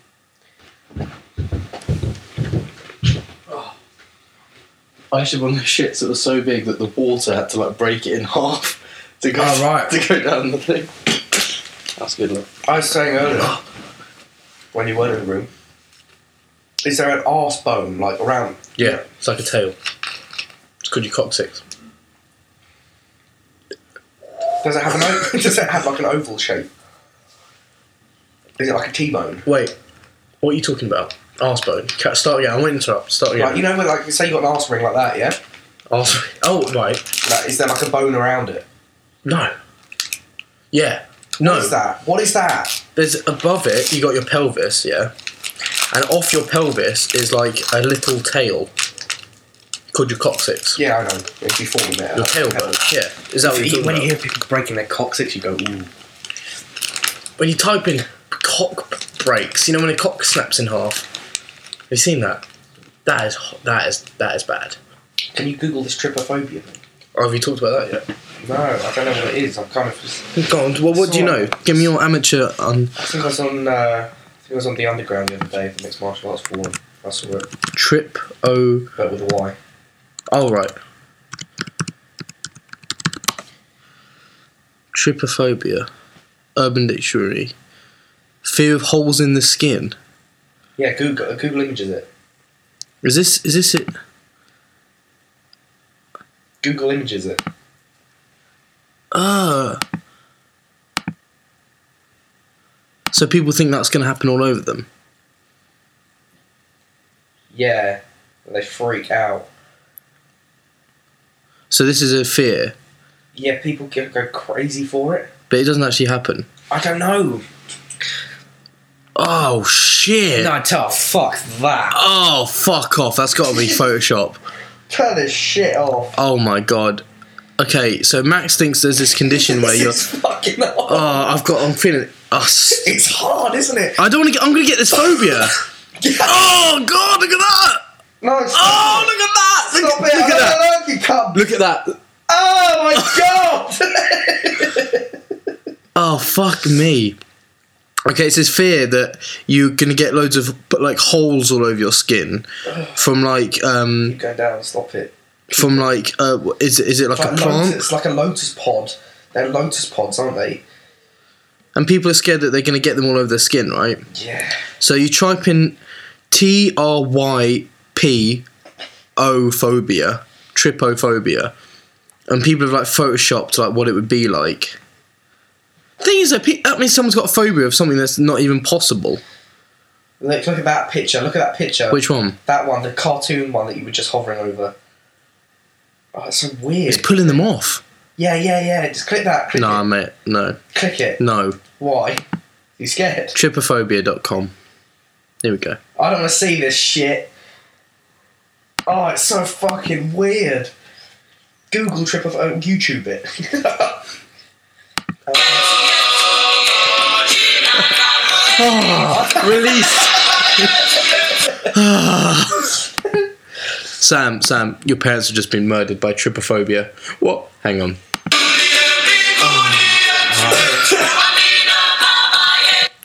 Speaker 5: I actually one of those shits that was so big that the water had to like break it in half to
Speaker 2: Ah,
Speaker 5: go
Speaker 3: Oh, right.
Speaker 5: to go down the thing. That's good luck.
Speaker 3: I was saying earlier, when you weren't in the room, is there an arse bone like around?
Speaker 2: yeah, it's like a tail. It's called your coccyx.
Speaker 3: Does it have an? O- does it have like an oval shape? Is it like a T-bone?
Speaker 2: Wait, what are you talking about? Arsebone. Ca- Start again. I won't interrupt. Start again.
Speaker 3: Like you know, when, like say you got an arse ring like that, yeah.
Speaker 2: Arse- oh, right.
Speaker 3: Like, is there like a bone around it?
Speaker 2: No. Yeah. No.
Speaker 3: What is that? What is that?
Speaker 2: there's above it you got your pelvis yeah and off your pelvis is like a little tail called your coccyx
Speaker 3: Yeah, I know. If you fall in there,
Speaker 2: your
Speaker 3: that's a
Speaker 2: tailbone yeah is that what you're
Speaker 3: If you-
Speaker 2: talking
Speaker 3: when
Speaker 2: about?
Speaker 3: you hear people breaking their coccyx, you go, ooh.
Speaker 2: when you type in cock breaks you know when a cock snaps in half have you seen that that is ho- that is that is bad
Speaker 3: Can you Google this trypophobia thing?
Speaker 2: or Oh, have you talked about that
Speaker 3: No, I don't know what it is. I'm kind of just.
Speaker 2: yet go on well what do you know give me your amateur um,
Speaker 3: I think I was on. Uh, I think I was on the underground the other day for mixed martial arts forum. I saw it,
Speaker 2: trip o
Speaker 3: but with a Y.
Speaker 2: Oh right. Trypophobia, Urban Dictionary, fear of holes in the skin.
Speaker 3: Yeah, Google uh, Google images it.
Speaker 2: Is this is this it?
Speaker 3: Google images it.
Speaker 2: Ah. So people think that's going to happen all over them.
Speaker 3: Yeah, and they freak out.
Speaker 2: So this is a fear,
Speaker 3: Yeah, people get, go crazy for it.
Speaker 2: but it doesn't actually happen.
Speaker 3: I don't know.
Speaker 2: Oh shit!
Speaker 3: No, tough. Fuck that.
Speaker 2: Oh fuck off! That's got to be Photoshop.
Speaker 3: Turn this shit off.
Speaker 2: Oh my god. Okay, so Max thinks there's this condition where
Speaker 3: This
Speaker 2: you're.
Speaker 3: is fucking hard.
Speaker 2: Oh, I've got. I'm feeling. Oh, s-
Speaker 3: It's hard, isn't it?
Speaker 2: I don't want to. I'm gonna get this phobia. oh God! Look at that!
Speaker 3: No, it's
Speaker 2: Oh, look at that! Look,
Speaker 3: Stop
Speaker 2: at-
Speaker 3: it.
Speaker 2: look at that!
Speaker 3: I don't like you, cub.
Speaker 2: Look at that!
Speaker 3: Oh
Speaker 2: Oh fuck me! Okay, it's this fear that you're gonna get loads of but like holes all over your skin from like
Speaker 3: my
Speaker 2: um
Speaker 3: god! Go down. Stop it.
Speaker 2: from like uh wh- is is it like a
Speaker 3: Like
Speaker 2: plant?
Speaker 3: lotus, it's like a lotus pod. They're lotus pods, aren't they?
Speaker 2: And people are scared that they're gonna get them all over their skin, right?
Speaker 3: Yeah.
Speaker 2: So you type in T R Y P O phobia, tripophobia, and people have like photoshopped like what it would be like. Thing is, that pe- that means someone's got a phobia of something that's not even possible.
Speaker 3: Look, look at that picture. Look at that picture.
Speaker 2: Which one?
Speaker 3: That one, the cartoon one that you were just hovering over. Oh, that's so weird.
Speaker 2: It's pulling them off.
Speaker 3: yeah, yeah, yeah. Just click that. Click
Speaker 2: Nah,
Speaker 3: it.
Speaker 2: mate, no,
Speaker 3: Click it.
Speaker 2: no.
Speaker 3: Why? You scared?
Speaker 2: Tripophobia.com. Here we go.
Speaker 3: I don't want to see this shit. Oh, it's so fucking weird. Google trip of uh, YouTube it.
Speaker 2: Release. Sam, Sam, your parents have just been murdered by trypophobia. What? Hang on.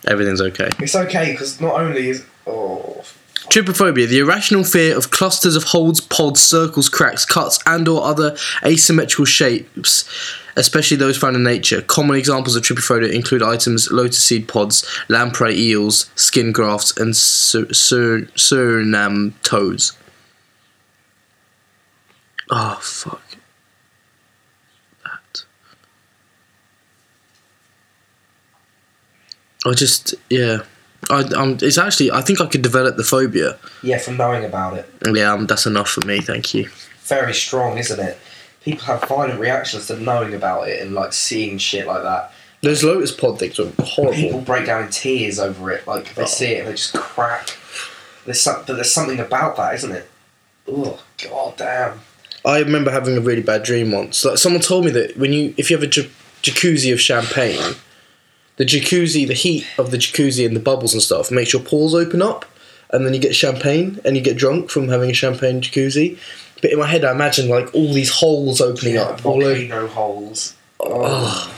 Speaker 2: Everything's okay.
Speaker 3: it's okay because not only is oh
Speaker 2: Trypophobia, the irrational fear of clusters of holes, pods, circles, cracks, cuts, and/or other asymmetrical shapes, especially those found in nature. Common examples of trypophobia include items, lotus seed pods, lamprey eels, skin grafts, and Sur- Sur- Suriname toads. Oh fuck. That. I just yeah. I, um, it's actually I think I could develop the phobia.
Speaker 3: yeah, from knowing about it,
Speaker 2: Yeah, um, that's enough for me. Thank you.
Speaker 3: very strong, isn't it? People have violent reactions to knowing about it and like seeing shit like that.
Speaker 1: Those lotus pod things are
Speaker 3: People
Speaker 1: horrible.
Speaker 3: break down in tears over it. Like
Speaker 2: Oh.
Speaker 3: they see it, and they just crack. There's some, but there's something about that, isn't it? Oh god damn.
Speaker 1: I remember having a really bad dream once. Like someone told me that when you, if you have a ja- jacuzzi of champagne,
Speaker 2: The jacuzzi, the heat of the jacuzzi and the bubbles and stuff makes your pores open up, and then you get champagne and you get drunk from having a champagne jacuzzi. But in my head, I imagine like all these holes opening
Speaker 3: Yeah,
Speaker 2: up all over.
Speaker 3: volcano holes.
Speaker 2: Ugh.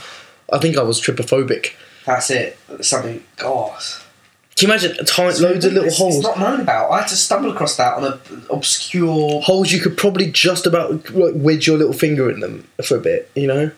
Speaker 2: I think I was trypophobic.
Speaker 3: That's it. Something. God.
Speaker 2: Can you imagine tiny, loads of little
Speaker 3: It's-
Speaker 2: holes?
Speaker 3: It's not known about. I had to stumble across that on an obscure.
Speaker 2: holes you could probably just about like wedge your little finger in them for a bit, you know.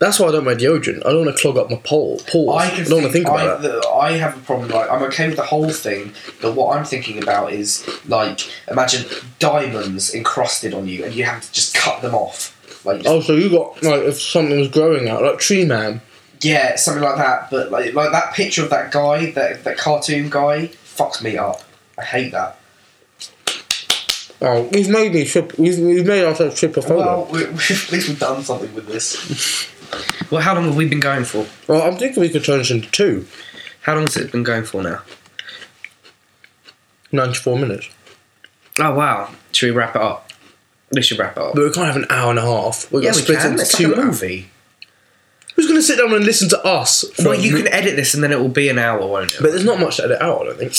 Speaker 2: That's why I don't wear deodorant. I don't want to clog up my pole. Pores. I,
Speaker 3: I can
Speaker 2: don't want to think
Speaker 3: I,
Speaker 2: about that.
Speaker 3: the- I have a problem. Like I'm okay with the whole thing, but what I'm thinking about is like imagine diamonds encrusted on you, and you have to just cut them off. Like
Speaker 2: Oh, so you got like if something was growing out, like tree man.
Speaker 3: yeah, something like that. But like like that picture of that guy, that that cartoon guy, fucks me up. I hate that.
Speaker 2: Oh, we've made me trip. We've, we've made ourselves trypophobic.
Speaker 3: Well, we, we, at least we've done something with this.
Speaker 5: Well, how long have we been going for?
Speaker 2: well, I'm thinking we could turn this into two.
Speaker 5: How long has it been going for now?
Speaker 2: 94 minutes.
Speaker 5: Oh wow! Should we wrap it up? We should wrap it up.
Speaker 2: But we can't have an hour and a half. We're
Speaker 5: yeah,
Speaker 2: going to
Speaker 5: we
Speaker 2: split it
Speaker 5: can.
Speaker 2: into
Speaker 5: It's
Speaker 2: two
Speaker 5: like a
Speaker 2: hours.
Speaker 5: movie.
Speaker 2: Who's going to sit down and listen to us? for
Speaker 5: Well,
Speaker 2: a
Speaker 5: you
Speaker 2: mi-
Speaker 5: can edit this and then it will be an hour, won't it?
Speaker 2: But there's not much to edit out, I don't think.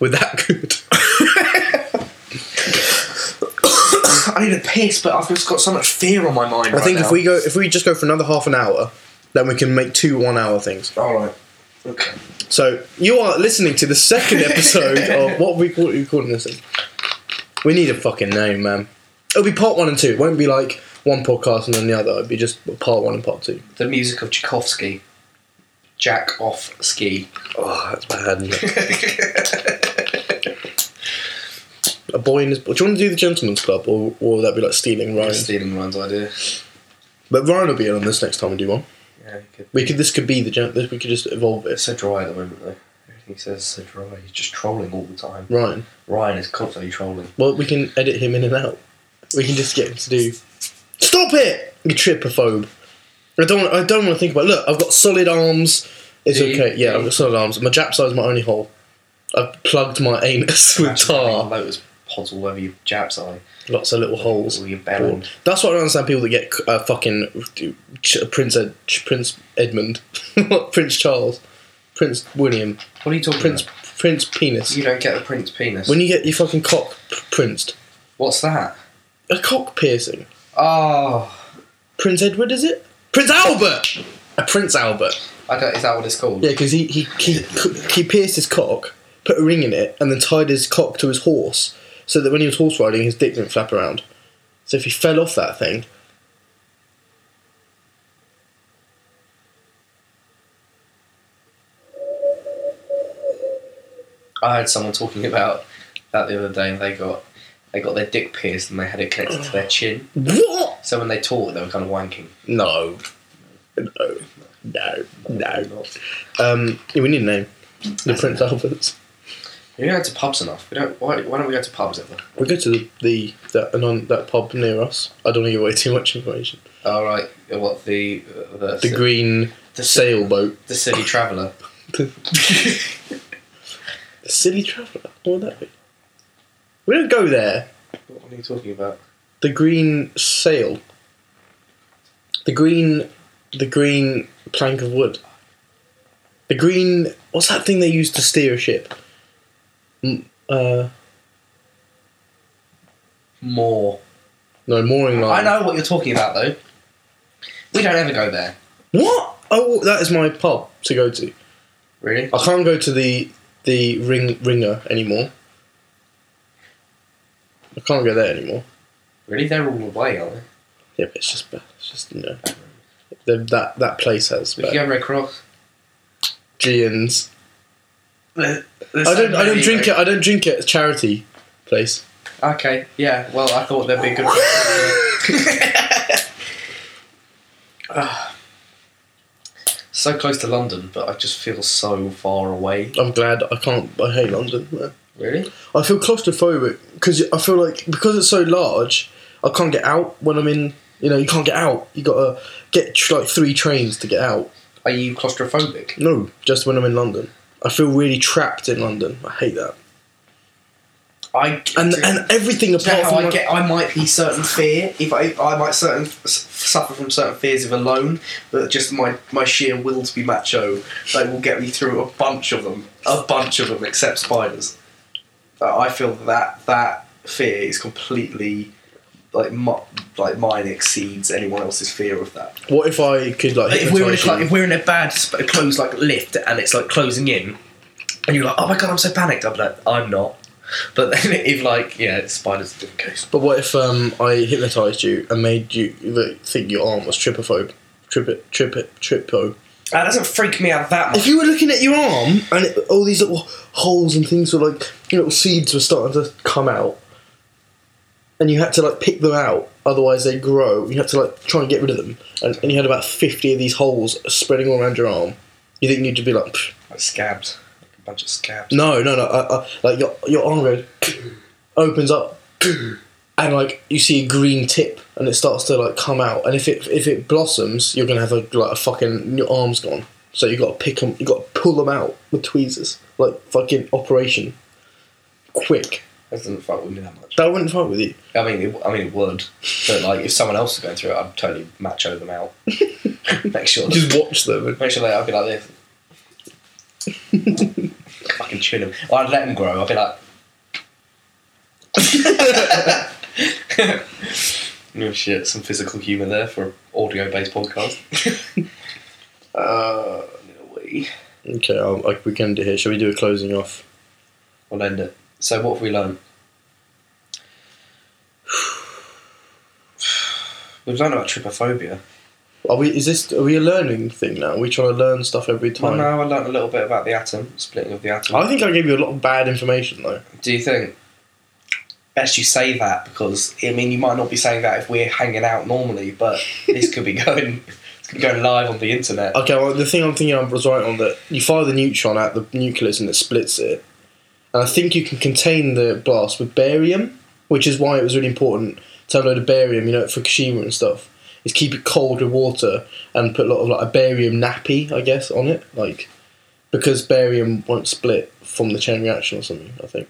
Speaker 2: We're that good.
Speaker 3: I need a piss, but I've just got so much fear on my mind.
Speaker 2: I think if we go, if we just go for another half an hour, then we can make two one-hour things.
Speaker 3: All right. Okay.
Speaker 2: So you are listening to the second episode of what we call we calling this. Thing? We need a fucking name, man. It'll be part one and two. It won't be like one podcast and then the other. It'll be just part one and part two.
Speaker 3: The music of Tchaikovsky. Jack off ski.
Speaker 2: Oh, that's bad. Isn't it? a boy in his. Do you want to do the gentleman's club, or, or would that be like stealing Ryan?
Speaker 3: Stealing Ryan's idea.
Speaker 2: But Ryan will be in on this next time we do one.
Speaker 3: Yeah, good.
Speaker 2: We could. This could be the. gen- This, we could just evolve
Speaker 3: It's
Speaker 2: this.
Speaker 3: so dry at the moment, though. Everything says so dry. He's just trolling all the time.
Speaker 2: Ryan.
Speaker 3: Ryan is constantly trolling.
Speaker 2: Well, we can edit him in and out. We can just get him to do. Stop it! You tripophobe. I don't. I don't want to think about. Look, I've got solid arms. It's
Speaker 3: Do you?
Speaker 2: okay. Yeah, I've got solid arms. My jap side's my only hole. I've plugged my anus with
Speaker 3: Imagine having
Speaker 2: tar.
Speaker 3: Lotus pods all over your jabs eye.
Speaker 2: Lots of little holes.
Speaker 3: All your belly.
Speaker 2: That's what I don't understand. People that get uh, fucking Ch- Prince Ed- Ch- Prince Edmund, Prince Charles, Prince William,
Speaker 3: What are you talking
Speaker 2: Prince
Speaker 3: about?
Speaker 2: Prince Penis.
Speaker 3: You don't get the Prince penis.
Speaker 2: When you get your fucking cock p- princed,
Speaker 3: What's that?
Speaker 2: a cock piercing.
Speaker 3: Oh.
Speaker 2: Prince Edward, is it? Prince Albert! A Prince Albert.
Speaker 3: I don't, is that what it's called?
Speaker 2: Yeah, because he, he, he, he pierced his cock, put a ring in it, and then tied his cock to his horse so that when he was horse riding, his dick didn't flap around. So if he fell off that thing.
Speaker 3: I heard someone talking about that the other day and they got they got their dick pierced and they had it connected to their chin.
Speaker 2: What?
Speaker 3: So when they talked they were kind of wanking.
Speaker 2: No. No. No. No. Um, yeah, we need a name. The Prince Alberts.
Speaker 3: We don't go to pubs enough. We don't. Why, why don't we go to pubs ever?
Speaker 2: We go to the, the that, anon, that pub near us. I don't want to give away too much information.
Speaker 3: All right. What the uh, the
Speaker 2: The Green
Speaker 3: the, ci-
Speaker 2: Sailboat.
Speaker 3: the city traveller.
Speaker 2: The Silly Traveller. What would that be? We don't go there.
Speaker 3: what are you talking about?
Speaker 2: the green sail, the green, the green plank of wood, the green. What's that thing they use to steer a ship? M- Uh,
Speaker 3: More.
Speaker 2: no mooring
Speaker 3: I
Speaker 2: line.
Speaker 3: know what you're talking about though. We don't ever go there.
Speaker 2: What? Oh, that is my pub to go to.
Speaker 3: Really?
Speaker 2: I can't go to the the ring ringer anymore. I can't go there anymore.
Speaker 3: Really? They're all away, aren't they?
Speaker 2: Yeah, but it's just bad. It's just you know, the, that that place has
Speaker 3: We could
Speaker 2: bad.
Speaker 3: go Red Cross.
Speaker 2: Gian's. I don't I don't drink it. I don't drink it. It's a charity place.
Speaker 3: Okay, yeah. Well, I thought they'd be good. Ah. so close to London, but I just feel so far away.
Speaker 2: I'm glad I can't. I hate London. man.
Speaker 3: Really?
Speaker 2: I feel claustrophobic because I feel like because it's so large, I can't get out when I'm in. You know, you can't get out. You gotta get tr- like three trains to get out.
Speaker 3: Are you claustrophobic?
Speaker 2: No, just when I'm in London. I feel really trapped in London. I hate that.
Speaker 3: I
Speaker 2: And and everything
Speaker 3: Do you know
Speaker 2: apart
Speaker 3: how
Speaker 2: from
Speaker 3: I
Speaker 2: like-
Speaker 3: get? I might be certain fear. If I, I might certain s- suffer from certain fears of alone, but just my my sheer will to be macho, like will get me through a bunch of them, a bunch of them, except spiders. Uh, I feel that that fear is completely like my, like mine exceeds anyone else's fear of that.
Speaker 2: what if I could like
Speaker 3: If we're in
Speaker 2: hypnotise
Speaker 3: a, like,
Speaker 2: you?
Speaker 3: if we're in a bad sp- closed like lift and it's like closing in, and you're like, oh my god, I'm so panicked. I'm like, I'm not. But then if like yeah, spiders are a different case.
Speaker 2: But what if um, I hypnotized you and made you like, think your arm was tripophobe? Trip it, trip it, tripo.
Speaker 3: That doesn't freak me out that
Speaker 2: If
Speaker 3: much.
Speaker 2: you were looking at your arm and it, all these little holes and things were like, little seeds were starting to come out, and you had to like pick them out, otherwise they grow. You had to like try and get rid of them, and, and you had about fifty of these holes spreading all around your arm. You think you'd be like, "Pfft,
Speaker 3: Like scabs, like a bunch of scabs.
Speaker 2: no, no, no, I, I, like your your arm goes, opens up, and like you see a green tip, and it starts to like come out. And if it if it blossoms, you're gonna have a like a fucking your arm's gone. So you got to pick them, you got to pull them out with tweezers, like fucking operation, quick.
Speaker 3: That doesn't fuck with me that much.
Speaker 2: That wouldn't fight with you.
Speaker 3: I mean, it, I mean, it would. But like, if someone else was going through it, I'd totally macho them out. make sure, that,
Speaker 2: Just watch them. And,
Speaker 3: make sure they. I'd be like this. Fucking chin them. Or I'd let them grow. I'd be like. oh shit! Some physical humour there for audio-based podcast. uh, little wee.
Speaker 2: okay, I'll, like we can do here. Shall we do a closing off?
Speaker 3: We'll end it. So what have we learned? We've learned about trypophobia.
Speaker 2: Are we? Is this? Are we a learning thing now? Are we trying to learn stuff every
Speaker 3: Well,
Speaker 2: time?
Speaker 3: now I learned a little bit about the atom, splitting of the atom.
Speaker 2: I think I gave you a lot of bad information though.
Speaker 3: Do you think? Best you say that because I mean you might not be saying that if we're hanging out normally, but this could be going, it's could be going live on the internet.
Speaker 2: Okay, well, the thing I'm thinking I was right on that you fire the neutron at the nucleus and it splits it. And I think you can contain the blast with barium, which is why it was really important to have a load of barium, you know, at Fukushima and stuff. Is keep it cold with water and put a lot of like a barium nappy, I guess, on it, like because barium won't split from the chain reaction or something. I think.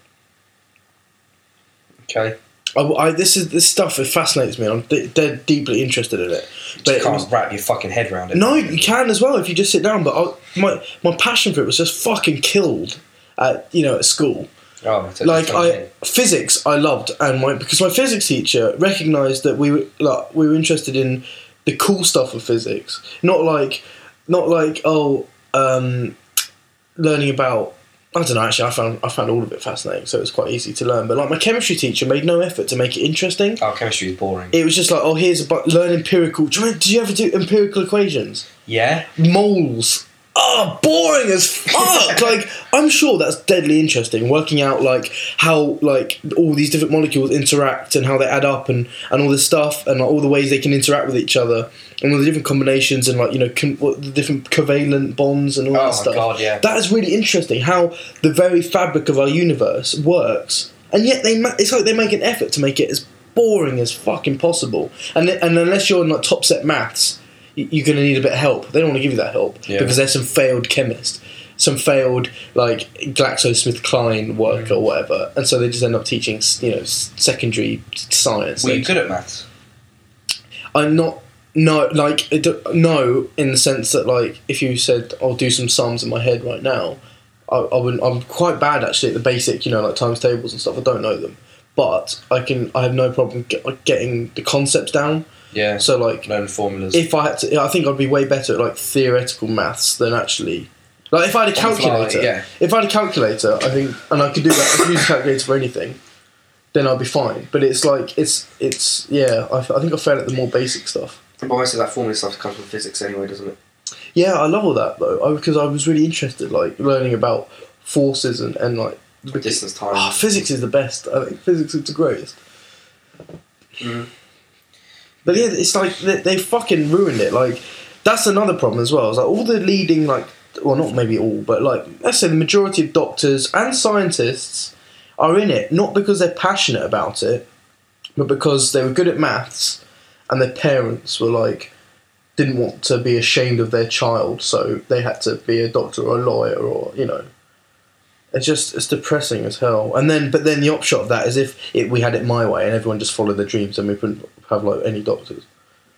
Speaker 3: Okay,
Speaker 2: I, I- this is this stuff. It fascinates me. I'm d- dead deeply interested in it.
Speaker 3: you
Speaker 2: But
Speaker 3: just
Speaker 2: it
Speaker 3: can't
Speaker 2: was-
Speaker 3: wrap your fucking head around it.
Speaker 2: No, you can as well if you just sit down. But I, my my passion for it was just fucking killed at you know at school.
Speaker 3: Oh, that's-
Speaker 2: Like
Speaker 3: that's
Speaker 2: I
Speaker 3: okay.
Speaker 2: physics, I loved, and my because my physics teacher recognised that we were like we were interested in the cool stuff of physics, not like not like oh um, learning about. I don't know. Actually, I found I found all of it fascinating, so it was quite easy to learn. But like my chemistry teacher made no effort to make it interesting.
Speaker 3: Oh, chemistry is boring.
Speaker 2: It was just like, oh, here's a bu- learn empirical. Do you, remember, do you ever do empirical equations?
Speaker 3: yeah,
Speaker 2: moles. Oh, boring as fuck! like, I'm sure that's deadly interesting. Working out like how like all these different molecules interact and how they add up and and all this stuff and like, all the ways they can interact with each other and all the different combinations and like you know con- what, the different covalent bonds and all
Speaker 3: Oh
Speaker 2: that
Speaker 3: my
Speaker 2: stuff.
Speaker 3: God, yeah.
Speaker 2: That is really interesting. How the very fabric of our universe works, and yet they ma- it's like they make an effort to make it as boring as fucking possible. And and unless you're in like top set maths, y- you're going to need a bit of help. They don't want to give you that help
Speaker 3: Yeah.
Speaker 2: because they're some failed chemist. some failed like GlaxoSmithKline work or whatever, and so they just end up teaching s- you know s- secondary science.
Speaker 3: Were
Speaker 2: They-
Speaker 3: you good at maths?
Speaker 2: I'm not. No, like it do- no, in the sense that like if you said I'll do some sums in my head right now, I, I wouldn't. I'm quite bad actually at the basic, you know, like times tables and stuff. I don't know them, but I can. I have no problem get, like, getting the concepts down.
Speaker 3: Yeah.
Speaker 2: So like
Speaker 3: Known formulas.
Speaker 2: if I had to, I think I'd be way better at like theoretical maths than actually. Like if I had a
Speaker 3: On the fly,
Speaker 2: calculator,
Speaker 3: yeah.
Speaker 2: if I had a calculator, I think, and I could do that, I could use a calculator for anything, then I'd be fine. But it's like it's it's yeah, I, I think I failed at the more basic stuff.
Speaker 5: But most of that formula stuff comes from physics anyway, doesn't it?
Speaker 2: Yeah, I love all that though, because I, was really interested, like learning about forces and and like
Speaker 5: Distance, time.
Speaker 2: Ah, physics is the best. I think physics is the greatest. But yeah, it's like they, they fucking ruined it. Like that's another problem as well. It's like all the leading like, well, not maybe all, but like let's say the majority of doctors and scientists are in it not because they're passionate about it, but because they were good at maths and their parents were like didn't want to be ashamed of their child, so they had to be a doctor or a lawyer or you know it's just it's depressing as hell. And then, but then the upshot of that is if it, we had it my way and everyone just followed their dreams, and we couldn't have like any doctors.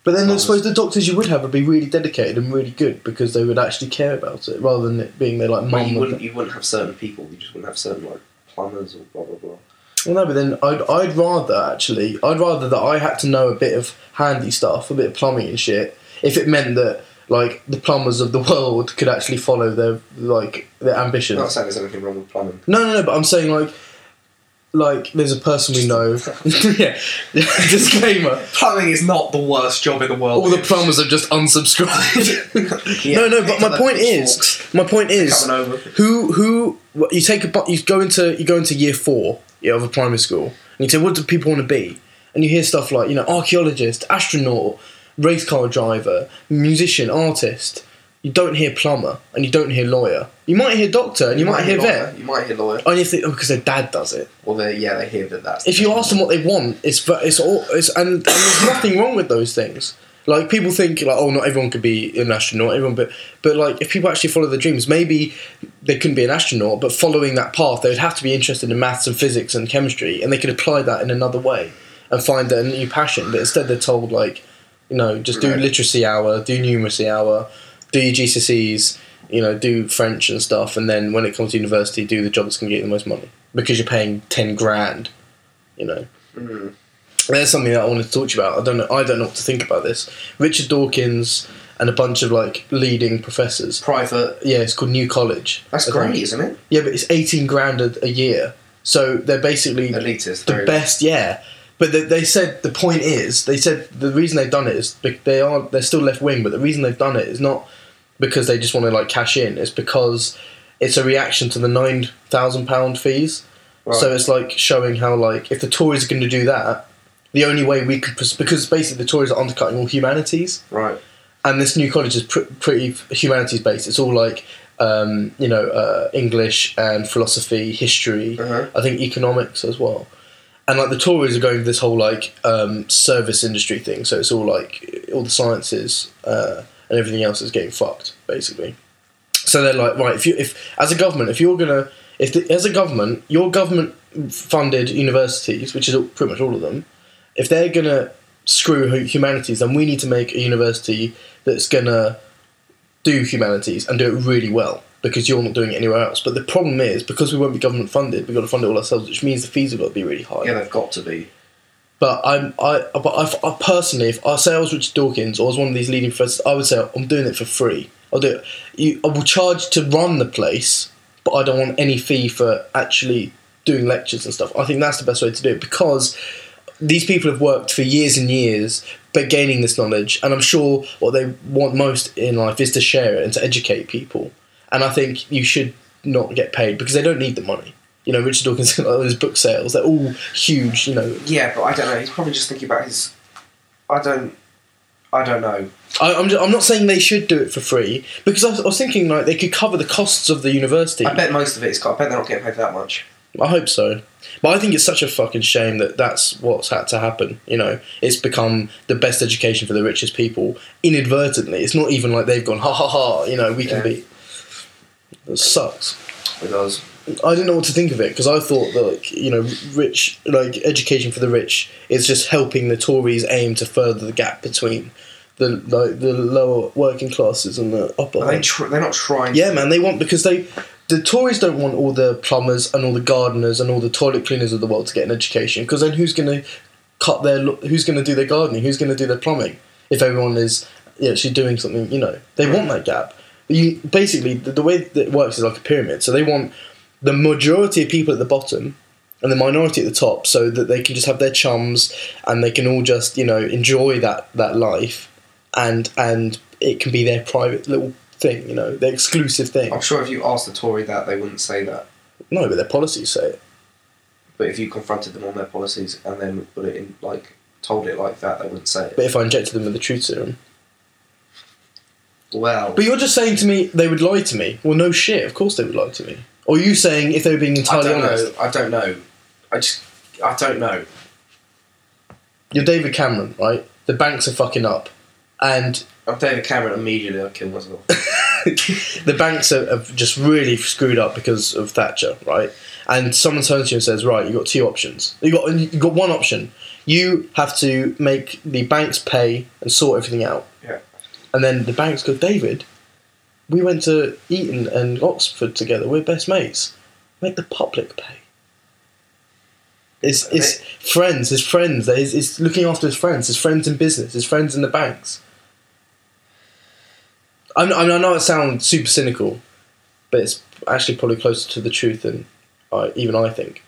Speaker 2: But then I suppose the doctors you would have would be really dedicated and really good because they would actually care about it rather than it being their like
Speaker 5: But
Speaker 2: mum.
Speaker 5: you
Speaker 2: or
Speaker 5: wouldn't, you wouldn't have certain people. You just wouldn't have certain like plumbers or blah blah blah.
Speaker 2: Well, no, but then I'd, I'd rather actually, I'd rather that I had to know a bit of handy stuff, a bit of plumbing and shit, if it meant that like the plumbers of the world could actually follow their like their ambitions.
Speaker 5: I'm not saying there's anything wrong with plumbing.
Speaker 2: No, no, no. But I'm saying like, like there's a person we know. yeah. Disclaimer.
Speaker 3: Plumbing is not the worst job in the world.
Speaker 2: All the plumbers have just unsubscribed.
Speaker 5: Yeah,
Speaker 2: no, no.
Speaker 5: picked
Speaker 2: But
Speaker 5: up
Speaker 2: my
Speaker 5: their
Speaker 2: point is,
Speaker 5: pitchforks.
Speaker 2: my point is,
Speaker 5: Coming over.
Speaker 2: who who what- you take a bu- you go into you go into year four yeah, of a primary school and you say what do people want to be and you hear stuff like you know archaeologist astronaut race car driver musician artist you don't hear plumber and you don't hear lawyer you might hear doctor and you, might hear
Speaker 5: lawyer.
Speaker 2: vet
Speaker 5: You might hear lawyer.
Speaker 2: only if they, oh, because their dad does it
Speaker 5: Well, they, yeah, they hear that. That's
Speaker 2: if you ask them what they want, it's ve- it's all it's and, and there's nothing wrong with those things. Like people think like oh not everyone could be an astronaut everyone but but like if people actually follow their dreams maybe they couldn't be an astronaut but following that path they would have to be interested in maths and physics and chemistry and they could apply that in another way and find a new passion but instead they're told like you know just do
Speaker 5: Right.
Speaker 2: literacy hour do numeracy hour do your GCSEs you know do French and stuff and then when it comes to university do the job that's going to get you the most money because you're paying ten grand you know. There's something that I wanted to talk to you about. I don't know. I don't know what to think about this. Richard Dawkins and a bunch of like leading professors.
Speaker 5: private.
Speaker 2: Yeah, it's called New College.
Speaker 5: That's
Speaker 2: I think.
Speaker 5: great, isn't it?
Speaker 2: Yeah, but it's eighteen grand a, a year. So they're basically
Speaker 5: Elitist.
Speaker 2: the
Speaker 5: very-
Speaker 2: best. Yeah, but they, they said the point is they said the reason they've done it is be- they are they're still left wing, but the reason they've done it is not because they just want to like cash in. It's because it's a reaction to the nine thousand pound fees.
Speaker 5: Right.
Speaker 2: So it's like showing how like if the Tories are going to do that, the only way we could pres- because basically the Tories are undercutting all humanities
Speaker 5: Right.
Speaker 2: and this new college is pr- pretty humanities based. It's all like um, you know uh, English and philosophy, history.
Speaker 5: Uh-huh.
Speaker 2: I think economics as well. And like the Tories are going for this whole like um, service industry thing, so it's all like all the sciences uh, and everything else is getting fucked basically. So they're like, right, if you if as a government, if you're gonna if the, as a government, your government funded universities, which is all- pretty much all of them, if they're gonna screw hu- humanities, then we need to make a university that's gonna do humanities and do it really well because you're not doing it anywhere else. But the problem is because we won't be government funded, we've got to fund it all ourselves, which means the fees have got to be really high.
Speaker 5: Yeah, they've got to be.
Speaker 2: But I'm I but I, I personally, if I say I was Richard Dawkins or I was one of these leading professors, I would say I'm doing it for free. I'll do it. You, I will charge to run the place, but I don't want any fee for actually doing lectures and stuff. I think that's the best way to do it because these people have worked for years and years, but gaining this knowledge, and I'm sure what they want most in life is to share it and to educate people. And I think you should not get paid because they don't need the money. You know, Richard Dawkins, all his book sales, they're all huge. You know,
Speaker 5: Yeah, but I don't know. He's probably just thinking about his. I don't. I don't know.
Speaker 2: I, I'm, I'm not saying they should do it for free because I was, I was thinking like they could cover the costs of the university.
Speaker 5: I bet most of it is. got- I bet they're not getting paid that much.
Speaker 2: I hope so, but I think it's such a fucking shame that that's what's had to happen. You know, it's become the best education for the richest people inadvertently. It's not even like they've gone ha ha ha. You know, we can
Speaker 5: Yeah.
Speaker 2: be. It sucks.
Speaker 3: It does.
Speaker 2: I didn't know what to think of it because I thought that like, you know, rich like education for the rich is just helping the Tories aim to further the gap between the like the lower working classes and the upper.
Speaker 3: But they tr- they're not trying.
Speaker 2: Yeah, man, they want because they the Tories don't want all the plumbers and all the gardeners and all the toilet cleaners of the world to get an education because then who's going to cut their lo- who's going to do their gardening, who's going to do their plumbing if everyone is actually doing something, you know. They want that gap. You basically the, the way that it works is like a pyramid. So they want the majority of people at the bottom and the minority at the top so that they can just have their chums and they can all just, you know, enjoy that that life and and it can be their private little thing, you know, their exclusive thing.
Speaker 3: I'm sure if you asked a Tory that, they wouldn't say that.
Speaker 2: No, but their policies say it.
Speaker 3: But if you confronted them on their policies and then put it in like told it like that, they wouldn't say it.
Speaker 2: But if I injected them with the truth serum.
Speaker 3: Well,
Speaker 2: But you're just saying to me they would lie to me. Well, no shit, of course they would lie to me. Or are you saying if they were being
Speaker 3: I
Speaker 2: entirely
Speaker 3: don't
Speaker 2: honest?
Speaker 3: know. I don't know. I just I don't know.
Speaker 2: You're David Cameron, right? The banks are fucking up. And
Speaker 3: I'm David Cameron. Immediately, I'd kill myself.
Speaker 2: the banks are, are just really screwed up because of Thatcher, right? And someone turns to you and says, right, you've got two options. you got, you got one option. You have to make the banks pay and sort everything out.
Speaker 3: Yeah.
Speaker 2: And then the banks go, David, we went to Eton and Oxford together. We're best mates. Make the public pay. It's, it's friends, his friends. It's, it's looking after his friends, his friends in business, his friends in the banks. I mean, I mean, I know it sounds super cynical, but it's actually probably closer to the truth than I, uh, even I think.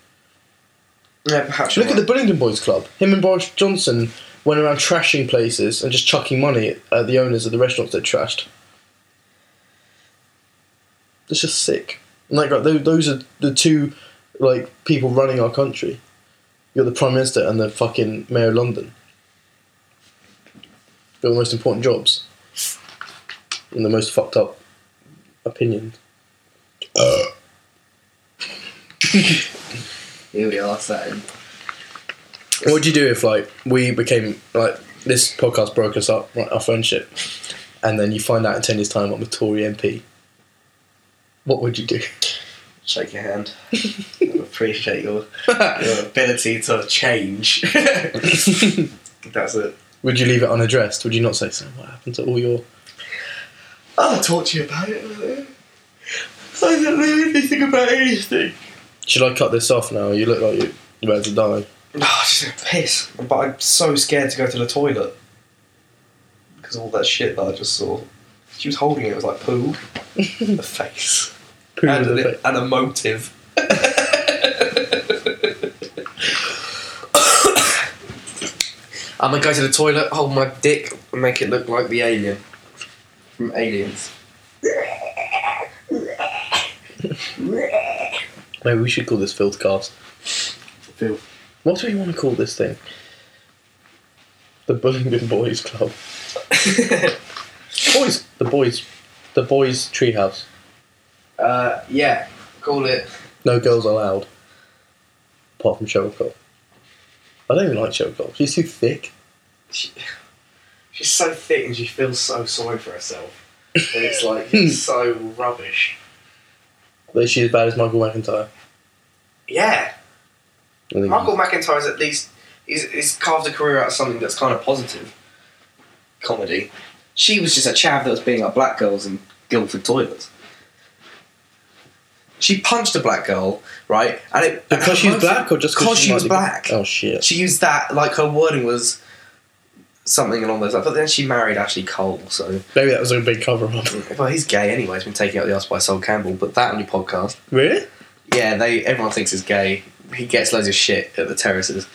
Speaker 3: yeah, perhaps.
Speaker 2: Look at
Speaker 3: you're
Speaker 2: the
Speaker 3: right.
Speaker 2: Bullingdon Boys Club. Him and Boris Johnson went around trashing places and just chucking money at, at the owners of the restaurants they trashed. It's just sick. And like, tho- those are the two like people running our country. You're the Prime Minister and the fucking Mayor of London. They're the most important jobs. And the most fucked up opinion.
Speaker 3: Here we are. Sitting.
Speaker 2: What would you do if like we became like this podcast broke us up, right, our friendship, and then you find out in ten years' time I'm a Tory MP? What would you do?
Speaker 3: Shake your hand. I appreciate your, your ability to change. That's it.
Speaker 2: Would you leave it unaddressed? Would you not say something? What happened to all your?
Speaker 3: I'll talk to you about it. I don't know anything about anything.
Speaker 2: Should I cut this off now? You look like you- you're about to die.
Speaker 3: No, I'm oh, just gonna piss. But I'm so scared to go to the toilet because of all that shit that I just saw. She was holding it. It was like poo, the face,
Speaker 2: Poo
Speaker 3: and,
Speaker 2: in the
Speaker 3: an,
Speaker 2: face.
Speaker 3: and a motive. I'm gonna go to the toilet, hold my dick, and make it look like the alien from Aliens.
Speaker 2: Maybe we should call this Filthcast.
Speaker 3: Filth.
Speaker 2: What do we want to call this thing? The Bullingdon Boys Club. Boys. The boys. The boys treehouse.
Speaker 3: uh, yeah, call it.
Speaker 2: No girls allowed. Apart from Cheryl Cole. I don't even like Cheryl Cole. She's too thick.
Speaker 3: she, she's so thick and she feels so sorry for herself. And it's like, it's so rubbish.
Speaker 2: But she's as bad as Michael McIntyre.
Speaker 3: Yeah,
Speaker 2: I think-
Speaker 3: Michael McIntyre's at least, he's, he's carved a career out of something that's kind of positive. Comedy. She was just a chav that was being like black girls in Guildford toilets. She punched a black girl, right? And it and her
Speaker 2: Because she's
Speaker 3: motive-
Speaker 2: black or just
Speaker 3: because she was
Speaker 2: might be-
Speaker 3: black?
Speaker 2: Oh shit.
Speaker 3: She used that like her wording was something along those lines. But then she married Ashley Cole, so
Speaker 2: Maybe that was a big cover up.
Speaker 3: Well, he's gay anyway. He's been taken out the ass by Sol Campbell, but that on your podcast.
Speaker 2: really?
Speaker 3: Yeah, they everyone thinks he's gay. He gets loads of shit at the terraces.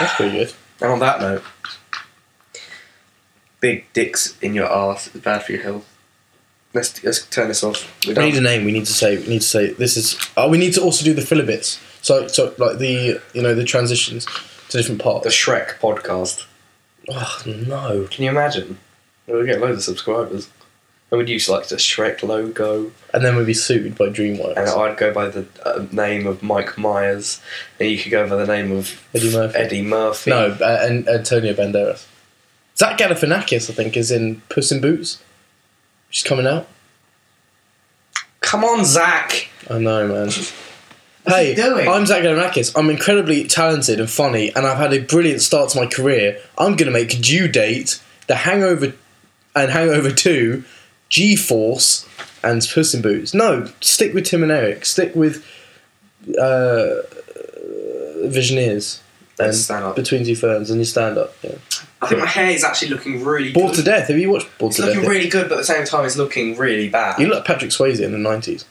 Speaker 2: That's pretty good.
Speaker 3: And on that note, big dicks in your ass is bad for your health. Let's let's turn this off. We
Speaker 2: We need a
Speaker 3: don't.
Speaker 2: name. We need to say. We need to say. This is. Oh, we need to also do the filler bits. So, so like the you know the transitions to different
Speaker 3: The
Speaker 2: parts.
Speaker 3: Shrek podcast.
Speaker 2: Oh no.
Speaker 3: Can you imagine? We'll get loads of subscribers. I would use like the Shrek logo,
Speaker 2: And then we'd be sued by
Speaker 3: and
Speaker 2: DreamWorks.
Speaker 3: I'd go by the uh, name of Mike Myers, and you could go by the name of
Speaker 2: Eddie Murphy.
Speaker 3: Eddie Murphy.
Speaker 2: No, uh, and Antonio Banderas. Zach Galifianakis, I think, is in Puss in Boots. She's coming out.
Speaker 5: Come on, Zach.
Speaker 2: I know, man. hey,
Speaker 5: doing?
Speaker 2: I'm Zach Galifianakis. I'm incredibly talented and funny, and I've had a brilliant start to my career. I'm gonna make due date, The Hangover, and Hangover Two, G Force, and Puss in Boots. No, stick with Tim and Eric. Stick with uh, Visioneers. And
Speaker 5: stand up.
Speaker 2: between two ferns and your stand up. Yeah.
Speaker 5: I think my hair is actually looking really
Speaker 2: Bored
Speaker 5: good.
Speaker 2: to death. Have you watched Bored
Speaker 5: It's
Speaker 2: to Death?
Speaker 5: looking really good, but at the same time, it's looking really bad.
Speaker 2: you look like Patrick Swayze in the nineties.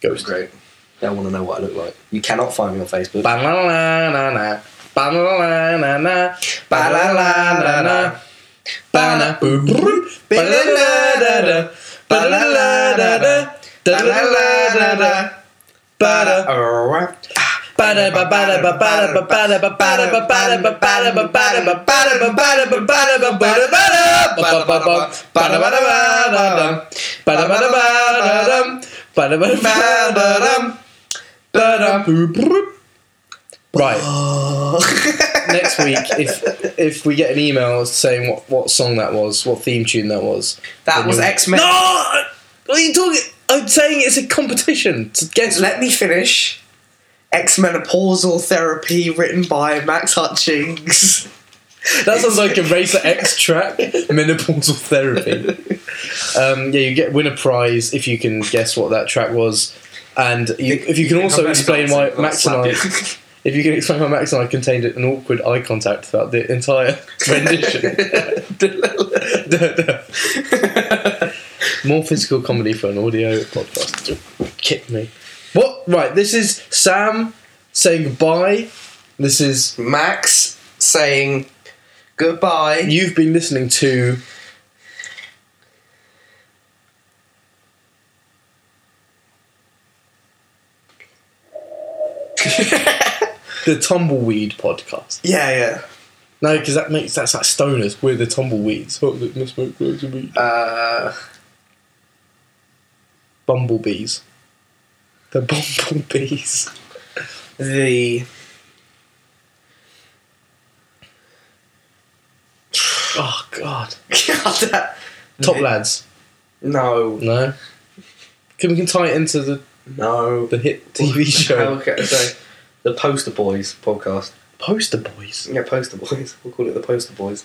Speaker 2: Ghost.
Speaker 5: great. They want to know what I look like. You cannot find me on Facebook.
Speaker 2: Ba-la-la-la-la. Ba-la-la-la-la. Ba-la-la-la-la. Ba-na-boo-boo. Ba-la-la-da-da. Ba-la-la-da-da. Da-la-la-da-da. Ba-da. Right. Next week, if if we get an email saying what, what song that was, what theme tune that was,
Speaker 5: That was
Speaker 2: you'll-
Speaker 5: X Men.
Speaker 2: no, what are you talking? I'm saying it's a competition to guess.
Speaker 5: Let me finish. X menopausal therapy written by Max Hutchings.
Speaker 2: That sounds like a Racer X track, menopausal therapy. Um, yeah, you get win a prize if you can guess what that track was, and you, if you can also explain why Max and I, if you can explain why Max and I contained an awkward eye contact throughout the entire rendition. More physical comedy for an audio podcast. Kick me. What? Right. This is Sam saying goodbye. This is
Speaker 5: Max saying goodbye.
Speaker 2: You've been listening to. the Tumbleweed podcast.
Speaker 5: Yeah, yeah.
Speaker 2: No, because that makes that's like stoners. We're the tumbleweeds. Oh, they must smoke loads of weed.
Speaker 5: Uh,
Speaker 2: Bumblebees. The bumblebees.
Speaker 5: the
Speaker 2: Oh God.
Speaker 5: God, that-
Speaker 2: Top lads.
Speaker 5: no,
Speaker 2: No. Can we can tie it into the
Speaker 5: no.
Speaker 2: the hit TV show
Speaker 5: Okay, so the Poster Boys podcast.
Speaker 2: Poster Boys?
Speaker 5: Yeah, Poster Boys. We'll call it the Poster Boys.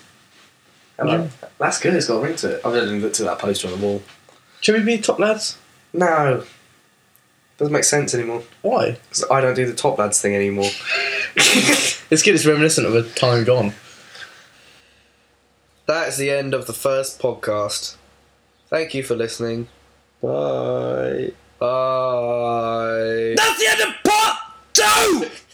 Speaker 5: Hello. That's good. It's got a ring to it. I've only looked at that poster on the wall.
Speaker 2: Should we be top lads?
Speaker 5: No, doesn't make sense anymore.
Speaker 2: Why?
Speaker 5: 'Cause I don't do the top lads thing anymore.
Speaker 2: This kid is reminiscent of a time gone.
Speaker 5: That is the end of the first podcast. Thank you for listening. Bye. Bye.
Speaker 2: That's the end of part two!